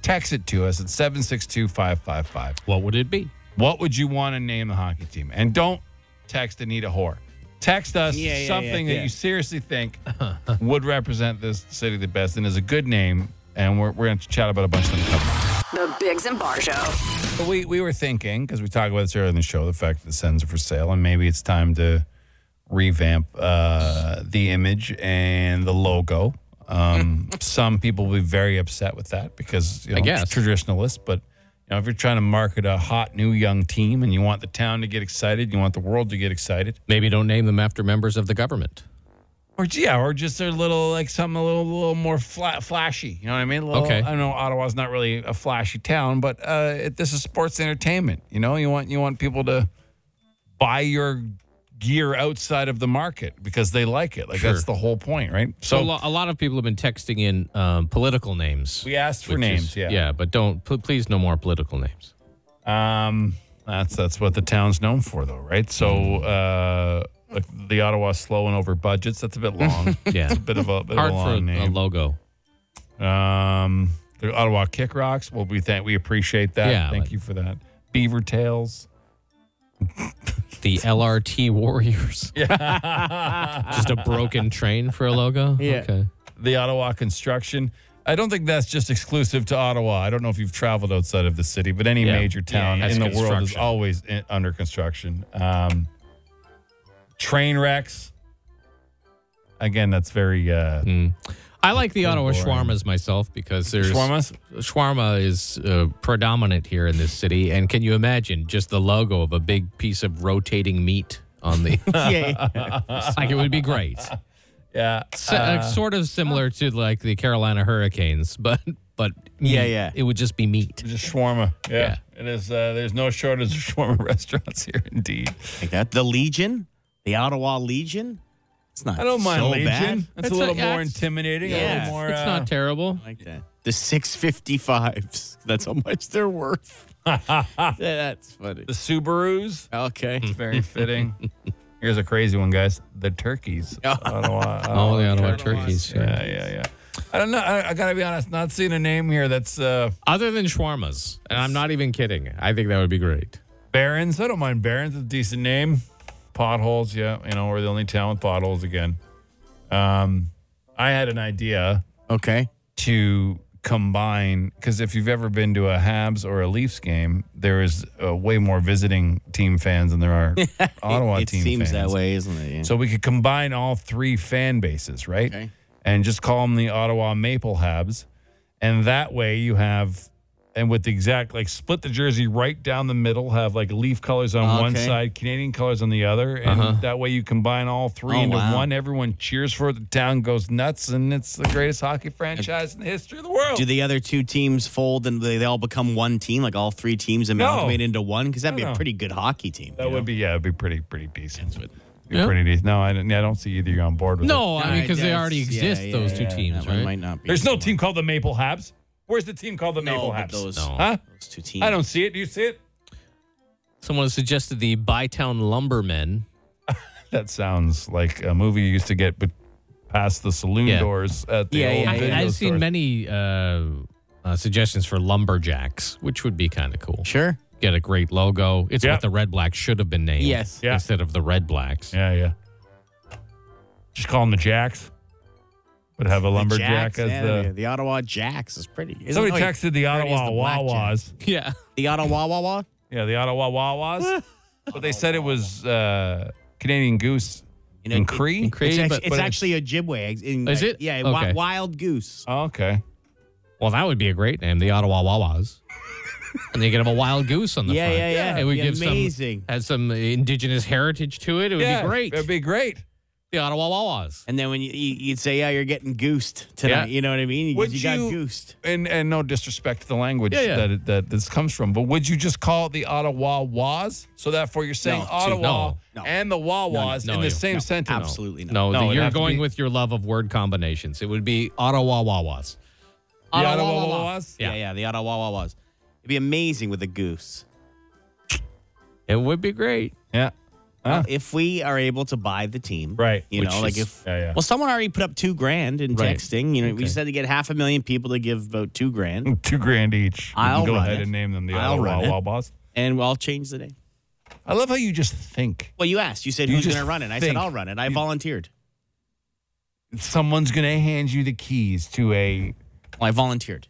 text it to us at seven six two five five five.
What would it be?
What would you want to name the hockey team? And don't text Anita Whore. Text us
Yeah, yeah,
something
yeah,
that
yeah.
you seriously think would represent this city the best and is a good name. And we're, we're going to chat about a bunch of them. coming up.
The Bigs and Bar Show.
But we, we were thinking, because we talked about this earlier in the show, the fact that the Sens are for sale, and maybe it's time to revamp uh, the image and the logo. Um, some people will be very upset with that because you know,
I guess.
traditionalists, but you know, if you're trying to market a hot new young team and you want the town to get excited, you want the world to get excited,
Maybe don't name them after members of the government.
or yeah, or just a little like something a little, little more fla- flashy. You know what I mean? A little-
Okay.
I know Ottawa's not really a flashy town, but uh, it, this is sports entertainment. You know, you want you want people to buy your gear outside of the market because they like it. Like
Sure.
that's the whole point, right?
So, a, lo- a lot of people have been texting in um, political names.
we asked for
which
names.
is-
yeah.
Yeah, but don't pl- please no more political names.
Um, that's that's what the town's known for, though, right? So
Mm.
uh, like the Ottawa slowing over budgets. That's a bit long.
Yeah.
it's a bit of a bit
Hard
of a
for
long
a, a
name.
logo.
um, the Ottawa Kick Rocks. Well, we thank we appreciate that.
Yeah,
thank
but-
you for that. Beaver Tails.
The LRT Warriors. Yeah. Just a broken train for a logo.
Yeah.
Okay.
The Ottawa Construction. I don't think that's just exclusive to Ottawa. I don't know if you've traveled outside of the city, but any
Yeah.
major town
Yeah, yeah,
in the
that's
world is
construction.
always in, under construction. Um, train wrecks. Again, that's very. Uh,
I like the Ottawa
boring.
shawarmas myself because Mm. there's
Shawarmas?
Shawarma is uh, predominant here in this city, and can you imagine just the logo of a big piece of rotating meat on the? It's like it would be great.
Uh,
Yeah,
S- uh, sort of similar to like the Carolina Hurricanes, but but
Yeah,
meat.
yeah.
it would just be meat.
Just shawarma. Yeah, it is. Uh, there's no shortage of shawarma restaurants here, indeed.
Like that. The Legion, the Ottawa Legion. It's not.
I don't mind
so
Legion.
Bad.
That's a
It's
little
not- yeah,
more
it's-
intimidating. A
yeah.
little more. uh,
it's not terrible.
I like that. The 655s. That's how much they're worth.
uh,
That's funny. Hmm.
the Subarus.
Okay.
Very fitting. Here's a crazy one, guys. The turkeys. Ottawa.
Oh, the Ottawa turkeys. Yeah.
Yeah, yeah, yeah. I don't know. I, I gotta be honest. Not seeing a name here that's uh
Other than shawarmas, and I'm not even kidding. I think that would be great.
Barons. I don't mind Barons. It's a decent name. Potholes. Yeah, you know we're the only town with potholes again. Um, I had an idea.
Okay.
To combine, because if you've ever been to a Habs or a Leafs game, there is uh, way more visiting team fans than there are Ottawa
it
team
seems
fans.
that way, isn't it? Yeah.
So we could combine all three fan bases, right?
Okay.
And just call them the Ottawa Maple Habs. And that way you have, and with the exact, like split the jersey right down the middle, have like leaf colors on one
Okay.
side, Canadian colors on the other. And
Uh-huh.
that way you combine all three
Oh,
into
wow.
one. Everyone cheers for it. The town goes nuts. And it's the greatest hockey franchise in the history of the world.
Do the other two teams fold and they, they all become one team? Like all three teams amalgamate into one? Because that'd be
No,
a
no.
pretty good hockey team.
that
you know?
would be, yeah, it'd be pretty, pretty decent.
what-
Be
Yeah.
Pretty decent. No, I don't, I don't see either you're on board with it.
No, I mean because they
that's-
already
yeah,
exist.
yeah,
those
yeah,
two teams,
that one
right?
might not be.
There's no team called the Maple Habs. Where's the team called the
No,
Maple
but
Habs?
those,
No.
Huh?
those two teams.
I don't see it. Do you see it?
Someone suggested the Bytown Lumbermen.
That sounds like a movie you used to get but past the saloon
Yeah.
doors at the
Yeah,
old
yeah,
I,
video
I've seen
stores.
many uh, uh, suggestions for lumberjacks, which would be kind of cool.
Sure.
Get a great logo. It's
Yeah.
what the Red Blacks should have been named.
Yes.
Yeah.
Instead of the Red Blacks.
Yeah, yeah. Just call them the Jacks. But have a lumberjack
Jacks,
as
yeah,
the.
the, the Ottawa Jacks is pretty. Isn't-
Somebody
no, he-
texted the
already has
Ottawa
the
Wawas.
Yeah.
The Ottawa Wawa.
Yeah, the Ottawa Wawas. but they said it was uh, Canadian Goose
You know,
in
it-
Cree.
in Cree.
It's,
Hey,
actually,
but-
it's
but
actually a Ojibwe. In,
Is
like,
it?
Yeah, wi-
Okay.
wild goose.
Oh, okay.
Well, that would be a great name, the Ottawa Wawas. and they could have a wild goose on the
Yeah,
front.
yeah, yeah.
It would
Be
give
amazing.
some has some indigenous heritage to it. It would
yeah,
be great.
It'd be great.
the Ottawa Wawas.
And then when you, you you'd say, "Yeah, you're getting goosed tonight,"
Yeah.
you know what I mean? 'Cause
Would
You, got
you-
goosed.
And and no disrespect to the language
Yeah, yeah.
that it, that this comes from, but would you just call it the Ottawa Waws? So therefore, you're saying
No, too-
Ottawa
no, no.
and the Wawas
No,
in
no,
the same
no,
sentence.
Absolutely not.
No,
No,
the-
it'd
you're
have to
going
be-
with your love of word combinations. It would be Ottawa Wawas.
The Ottawa Wawas?
Yeah, yeah. The Ottawa Wawas. It'd be amazing with a goose.
It would be great.
Yeah. Huh?
If we are able to buy the team,
Right.
You
Which
know, like
is-
if
yeah, yeah.
well, someone already put up two grand in
Right.
texting. You know,
Okay. Mm.
we just had to get half a million people to give about two grand,
Two grand each. We
I'll
can go
run
ahead
it.
and name them the
I'll
Ottawa
run it.
Wawas.
and I'll change the name.
I love how you just think
Well, you asked. You said
You
who's
just
going to run it. I
think.
said I'll run it. I volunteered.
someone's going to hand you the keys to a
Well, I volunteered.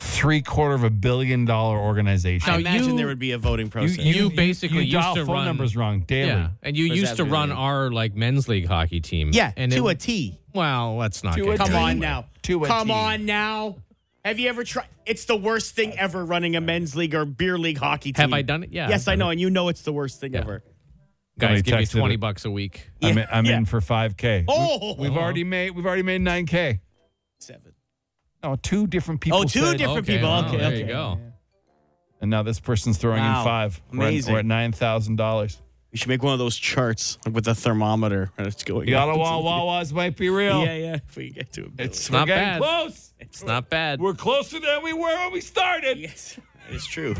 three quarter of a billion dollar organization.
Now,
I imagine
you-
there would be a voting process.
you basically
you dial
used to
phone
run-
numbers wrong daily.
Yeah, and you
Or is
used
that
to run
really-
our like men's league hockey team.
yeah,
and
to
it-
a T.
Well, let's not.
To
get
a
carried
Come on
away.
now.
To a
Come
T.
on now. Have you ever tried? It's the worst thing ever running a men's league or beer league hockey team.
Have I done it? Yeah, I've
Yes, I
done
know, and you know it's the worst thing
Yeah.
ever.
Guys,
Somebody
give me
texted
twenty
it.
bucks a week.
I'm,
Yeah,
in, I'm
yeah.
in for 5K.
Oh.
We've, we've already made we've already made 9K.
Seven.
No, two different people.
Oh, two
said- "Oh."
different
Okay,
people.
wow,
okay,
there
okay.
you go.
And now this person's throwing in
Wow.
five. We're at-
Amazing.
We're at nine thousand dollars.
We should make one of those charts like, with a thermometer. and It's going.
The
up.
Ottawa Wawas might be real.
Yeah, yeah. If we can get to a billion.
It's
not
we're getting
bad.
close.
It's not bad.
We're closer than we were when we started.
yes, it's true.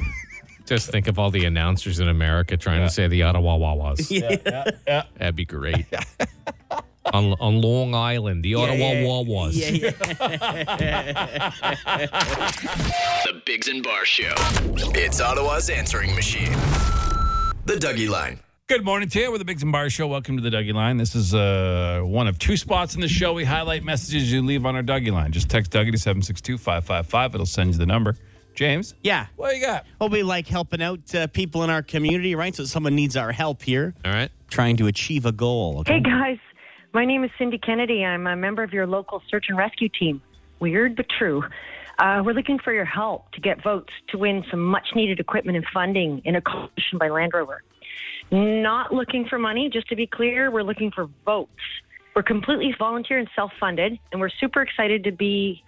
Just think of all the announcers in America trying to say the Ottawa Wawas.
Yeah.
That'd be great. on, on Long Island, the Ottawa Wawas.
Yeah, yeah.
The Biggs and Bar Show. It's Ottawa's answering machine. The Dougie Line.
Good morning to you. We're the Biggs and Bar Show. Welcome to the Dougie Line. This is uh, one of two spots in the show. We highlight messages you leave on our Dougie Line. Just text Dougie to 762 555. It'll send you the number. James?
Yeah.
What you got?
Well, we like helping out uh, people in our community, right? So someone needs our help here.
All right.
Trying to achieve a goal. Okay.
Hey guys, my name is Cindy Kennedy. I'm a member of your local search and rescue team. Weird but true. Uh, we're looking for your help to get votes to win some much needed equipment and funding in a coalition by Land Rover. Not looking for money, just to be clear, we're looking for votes. We're completely volunteer and self funded, and we're super excited to be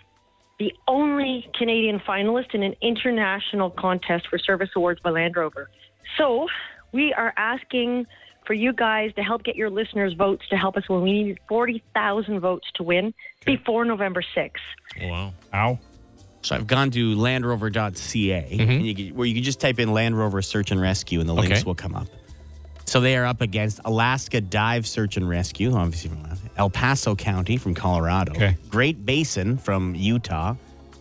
the only Canadian finalist in an international contest for service awards by Land Rover. So we are asking for you guys to help get your listeners' votes to help us when we need 40,000 votes to win before November 6th.
Wow.
Ow.
So I've gone to landrover.ca, and you can, where you can just type in Land Rover Search and Rescue, and the links
Okay.
will come up. So they are up against Alaska Dive Search and Rescue, obviously from Alaska, El Paso County from Colorado, Great Basin from Utah,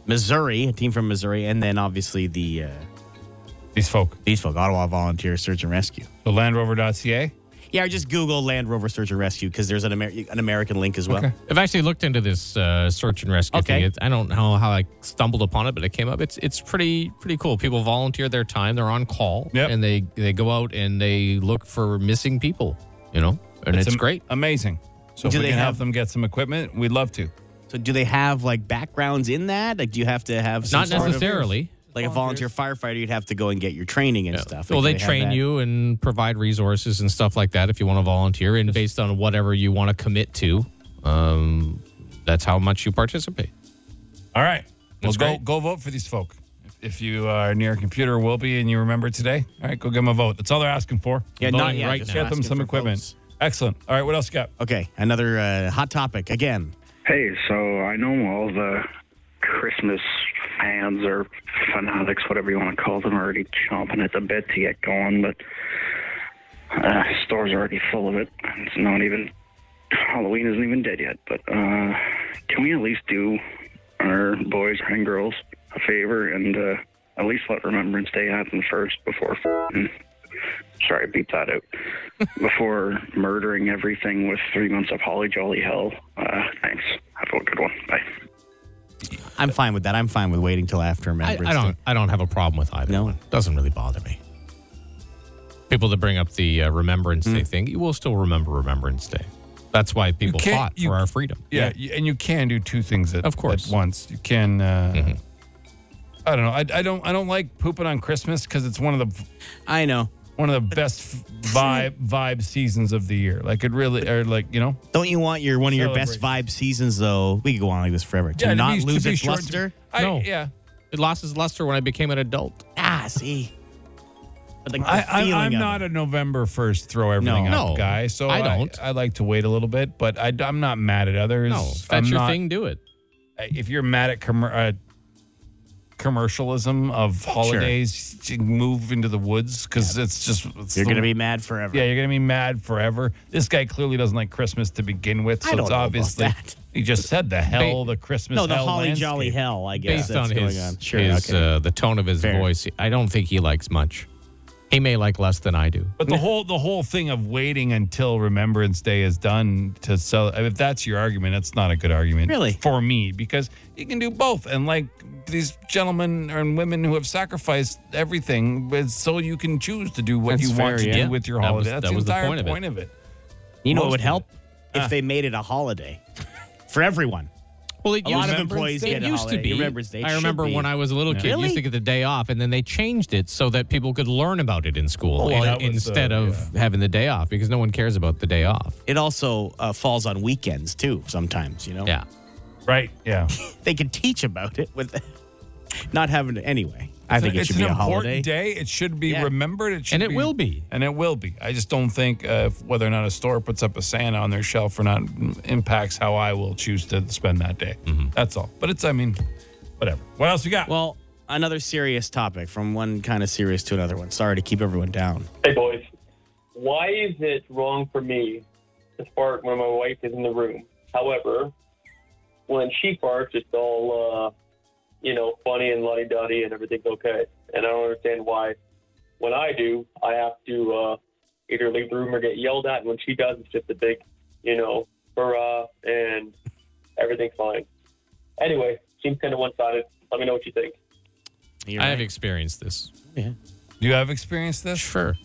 Missouri, a team from Missouri, and then obviously the uh,
these folk,
these folk, Ottawa Volunteer Search and Rescue.
So landrover.ca.
Yeah, or just Google Land Rover Search and Rescue because there's an, Amer- an American link as well.
I've actually looked into this uh, search and rescue
Okay.
thing. It's, I don't know how I stumbled upon it, but it came up. It's it's pretty pretty cool. People volunteer their time. They're on call, and they they go out and they look for missing people. You know, and it's,
am-
great.
Amazing. So
Do
if we
they
can help
have-
them get some equipment, we'd love to.
So do they have like backgrounds in that? Like do you have to have some
Not
sort of-
necessarily.
like a volunteer firefighter, you'd have to go and get your training and stuff.
Well,
Like,
they,
do have
train
that?
you and provide resources and stuff like that if you want to volunteer, and based on whatever you want to commit to, um, that's how much you participate.
All right. Well,
That's
go,
great.
go vote for these folk. If you are near a computer, or will be, and you remember today, all right, go give them a vote. That's all they're asking for.
Yeah,
Voting
not yet,
Right
just
now. Get them
asking
some
for
equipment. Excellent. All right, what else you got?
Okay, another uh, hot topic again.
Hey, so I know all the Christmas fans or fanatics, whatever you want to call them, are already chomping at the bit to get going, but uh, stores are already full of it. It's not even Halloween isn't even dead yet. But uh, can we at least do our boys and girls a favor and uh, at least let Remembrance Day happen first before? f***ing- Sorry, beep that out. Before murdering everything with three months of holly jolly hell. Uh, thanks. Have a good one. Bye.
I'm fine with that. I'm fine with waiting till after
I,
Remembrance
I don't.
Day.
I don't have a problem with either one. Doesn't really bother me. People that bring up the uh, Remembrance Day thing, you will still remember Remembrance Day. That's why people
can't-
fought
you-
for our freedom.
Yeah, you- and you can do two things at, of course. at once. You can. Uh,
Mm-hmm.
I don't know. I, I don't. I don't like pooping on Christmas because it's one of the.
I know.
One of the best vibe vibe seasons of the year. Like it really, or like you know.
Don't you want your one of your best vibe seasons though? We could go on like this forever. To
Yeah, to
not
be- to
lose
be
its
short-
luster.
I- yeah.
It lost its luster when I became an adult.
Ah, see. But like the
I, I,
feeling
I'm
of
not a November first throw everything
No.
up
No,
guy, so
I don't.
I, like to wait a little bit, but I, am not mad at others.
No, if that's
I'm
your
not-
thing, do it.
If you're mad at commer uh, commercialism of holidays, you move into the woods because it's just it's
You're
the-
gonna be mad forever.
Yeah, you're gonna be mad forever. This guy clearly doesn't like Christmas to begin with, so
I don't
it's
know about
obviously
that.
he just said the hell, the Christmas,
No, the
hell
holly jolly
landscape.
hell. I guess
Based on
that's going
his,
on. Sure.
his
okay.
uh, the tone of his voice, I don't think he likes much. He may like less than I do.
But the whole the whole thing of waiting until Remembrance Day is done to sell I mean, if that's your argument, that's not a good argument.
Really?
For me, because you can do both. And like these gentlemen and women who have sacrificed everything, but so you can choose to do what you
That's
want
fair,
to
yeah.
do with your
That
holiday.
was-
that's
that
the
was the
entire
point of it.
point of it.
you know what
most
would
of
help
Ah.
if they made it a holiday for everyone.
Well, it
A lot of
used-
employees
it
get a
used
holiday.
to be.
Remembrance Day. It
I
should
remember
be.
when I was a little kid, you used
Really?
to get the day off, and then they changed it so that people could learn about it in school
Oh, well,
in-
that was,
instead
uh,
of having the day off because no one cares about the day off.
It also uh, falls on weekends too. Sometimes you know.
Yeah.
Right. Yeah.
they can teach about it with not having to anyway. I
It's
think
an-
it
it's
should
an
be a
important
holiday.
day. It should be
Yeah.
remembered. It should
And it will be.
and it will be. I just don't think uh, if- whether or not a store puts up a Santa on their shelf or not m- impacts how I will choose to spend that day. That's all. But it's, I mean, whatever. What else we got?
Well, another serious topic from one kind of serious to another one. Sorry to keep everyone down.
Hey, boys. Why is it wrong for me to fart when my wife is in the room? However, when she farts, it's all, uh, you know, funny and lovey dovey and everything's okay. And I don't understand why when I do, I have to uh, either leave the room or get yelled at. And when she does, it's just a big, you know, hurrah and everything's fine. Anyway, seems kind of one sided. Let me know what you think.
I have experienced this.
Yeah.
You have experienced this?
Sure.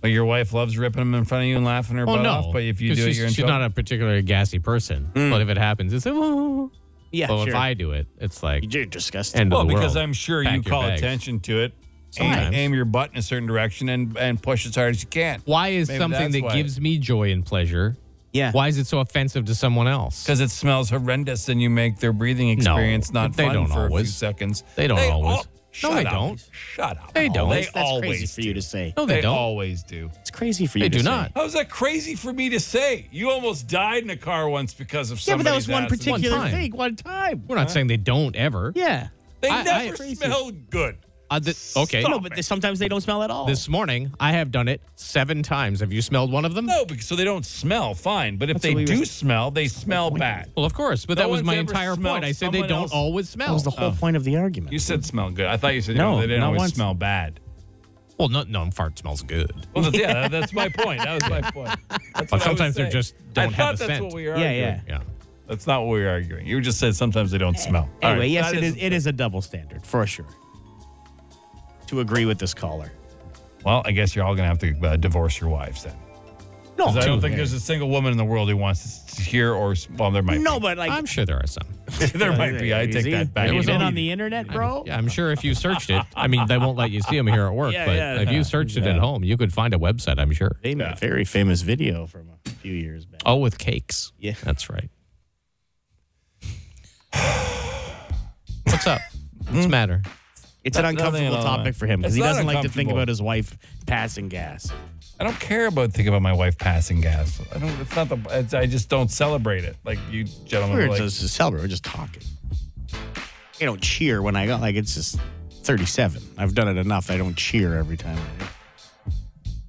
Like your wife loves ripping them in front of you and laughing her
Well,
butt
no,
off, but if you
'cause
do it,
she's,
you're in
she's
trouble. Hmm.
not a particularly gassy person. But if it happens, it's like, "Whoa."
Yeah,
Well,
sure.
if I do it, it's like
you're disgusting.
End
well,
of the
because
world.
I'm sure
Pack
you
your
call
bags.
attention to it. Aim,
Sometimes.
aim your butt in a certain direction and, and push as hard as you can.
Why is something that gives me joy and pleasure?
Yeah.
Why is it so offensive to someone else?
Because it smells horrendous and you make their breathing experience not
they
fun
don't
for a few
always.
seconds.
They don't
al-
always.
shut
no, they
up.
don't.
Shut up.
They don't.
They
That's- that's
always
crazy for you to say.
No, they don't.
always do.
It's crazy for you
They
to
do
say.
not.
How is that crazy for me to say? You almost died in a car once because of
Yeah, but that was
somebody's
one
accident.
particular
time.
thing, one time.
We're not saying they don't ever.
Yeah.
They
I- I-
never
Crazy.
smell good.
Uh, th- okay.
no, but sometimes they don't smell at all.
This morning, I have done it seven times. Have you smelled one of them?
No, because so they don't smell fine. But if
That's
they
what we
do
were-
smell, they smell bad.
Well, of course, but
No
that was
one's
my
ever
entire
smelled
point. I said they
someone
don't
else-
always
That
smell.
was the whole point of the argument.
Oh. You said smell good. I thought you said you
No,
know, they didn't
not
always
once.
smell bad.
well, no, no, fart smells good.
Well, that's, yeah, that- that's my point. That was my point. That's
But
what I was
sometimes they're
saying.
just
I
don't
thought
have a
that's
scent.
what we were
Yeah,
arguing.
yeah.
yeah.
That's not what we were arguing. You just said sometimes they don't smell. All
Anyway,
right,
yes,
that
it is.
isn't-
It is a double standard for sure. To agree with this caller.
Well, I guess you're all gonna have to uh, divorce your wives then.
No,
'Cause I don't
dude.
think there's a single woman in the world who wants to hear or s- well, there might.
No, but like
I'm sure there are some.
be. there might be. I take
Is he-
that back.
Have you
was
been
only-
on the internet, bro?
Yeah, I'm sure if you searched it, I mean, they won't let you see them here at work,
Yeah,
but
yeah,
if
yeah.
you searched it at home, you could find a website, I'm sure.
They made a very famous video from a few years back.
Oh, with cakes.
Yeah.
That's right. What's up?
Hmm.
What's the matter?
It's an
nothing
uncomfortable
at all,
topic
man.
for him because
It's
he
not
doesn't like to think
uncomfortable.
about his wife passing gas.
I don't care about thinking about my wife passing gas. I don't. It's not the. It's, I just don't celebrate it like you gentlemen.
We're
like,
just a celebrate. We're just talking. I don't cheer when I go. Like it's just 37. I've done it enough. I don't cheer every time. I do.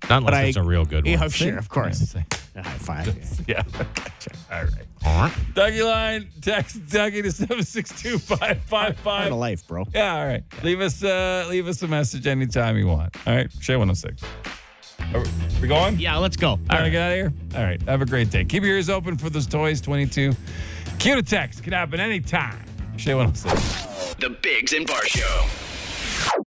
Not unless
I-
it's a real good one.
Yeah, sure, of course.
Yeah,
Yeah, fine. Yeah.
Yeah. All right. Dougie line, text Dougie to seven six two five five
Part of
five.
life, bro.
Yeah, all right. Leave us uh leave us a message anytime you want. All right, Shay 106. Are we- we going?
Yeah, let's go. All
All right,
right.
get out of here. All right, have a great day. Keep your ears open for those toys 22. Cue to text. Can happen anytime. Shay 106.
The Bigs and Bar Show.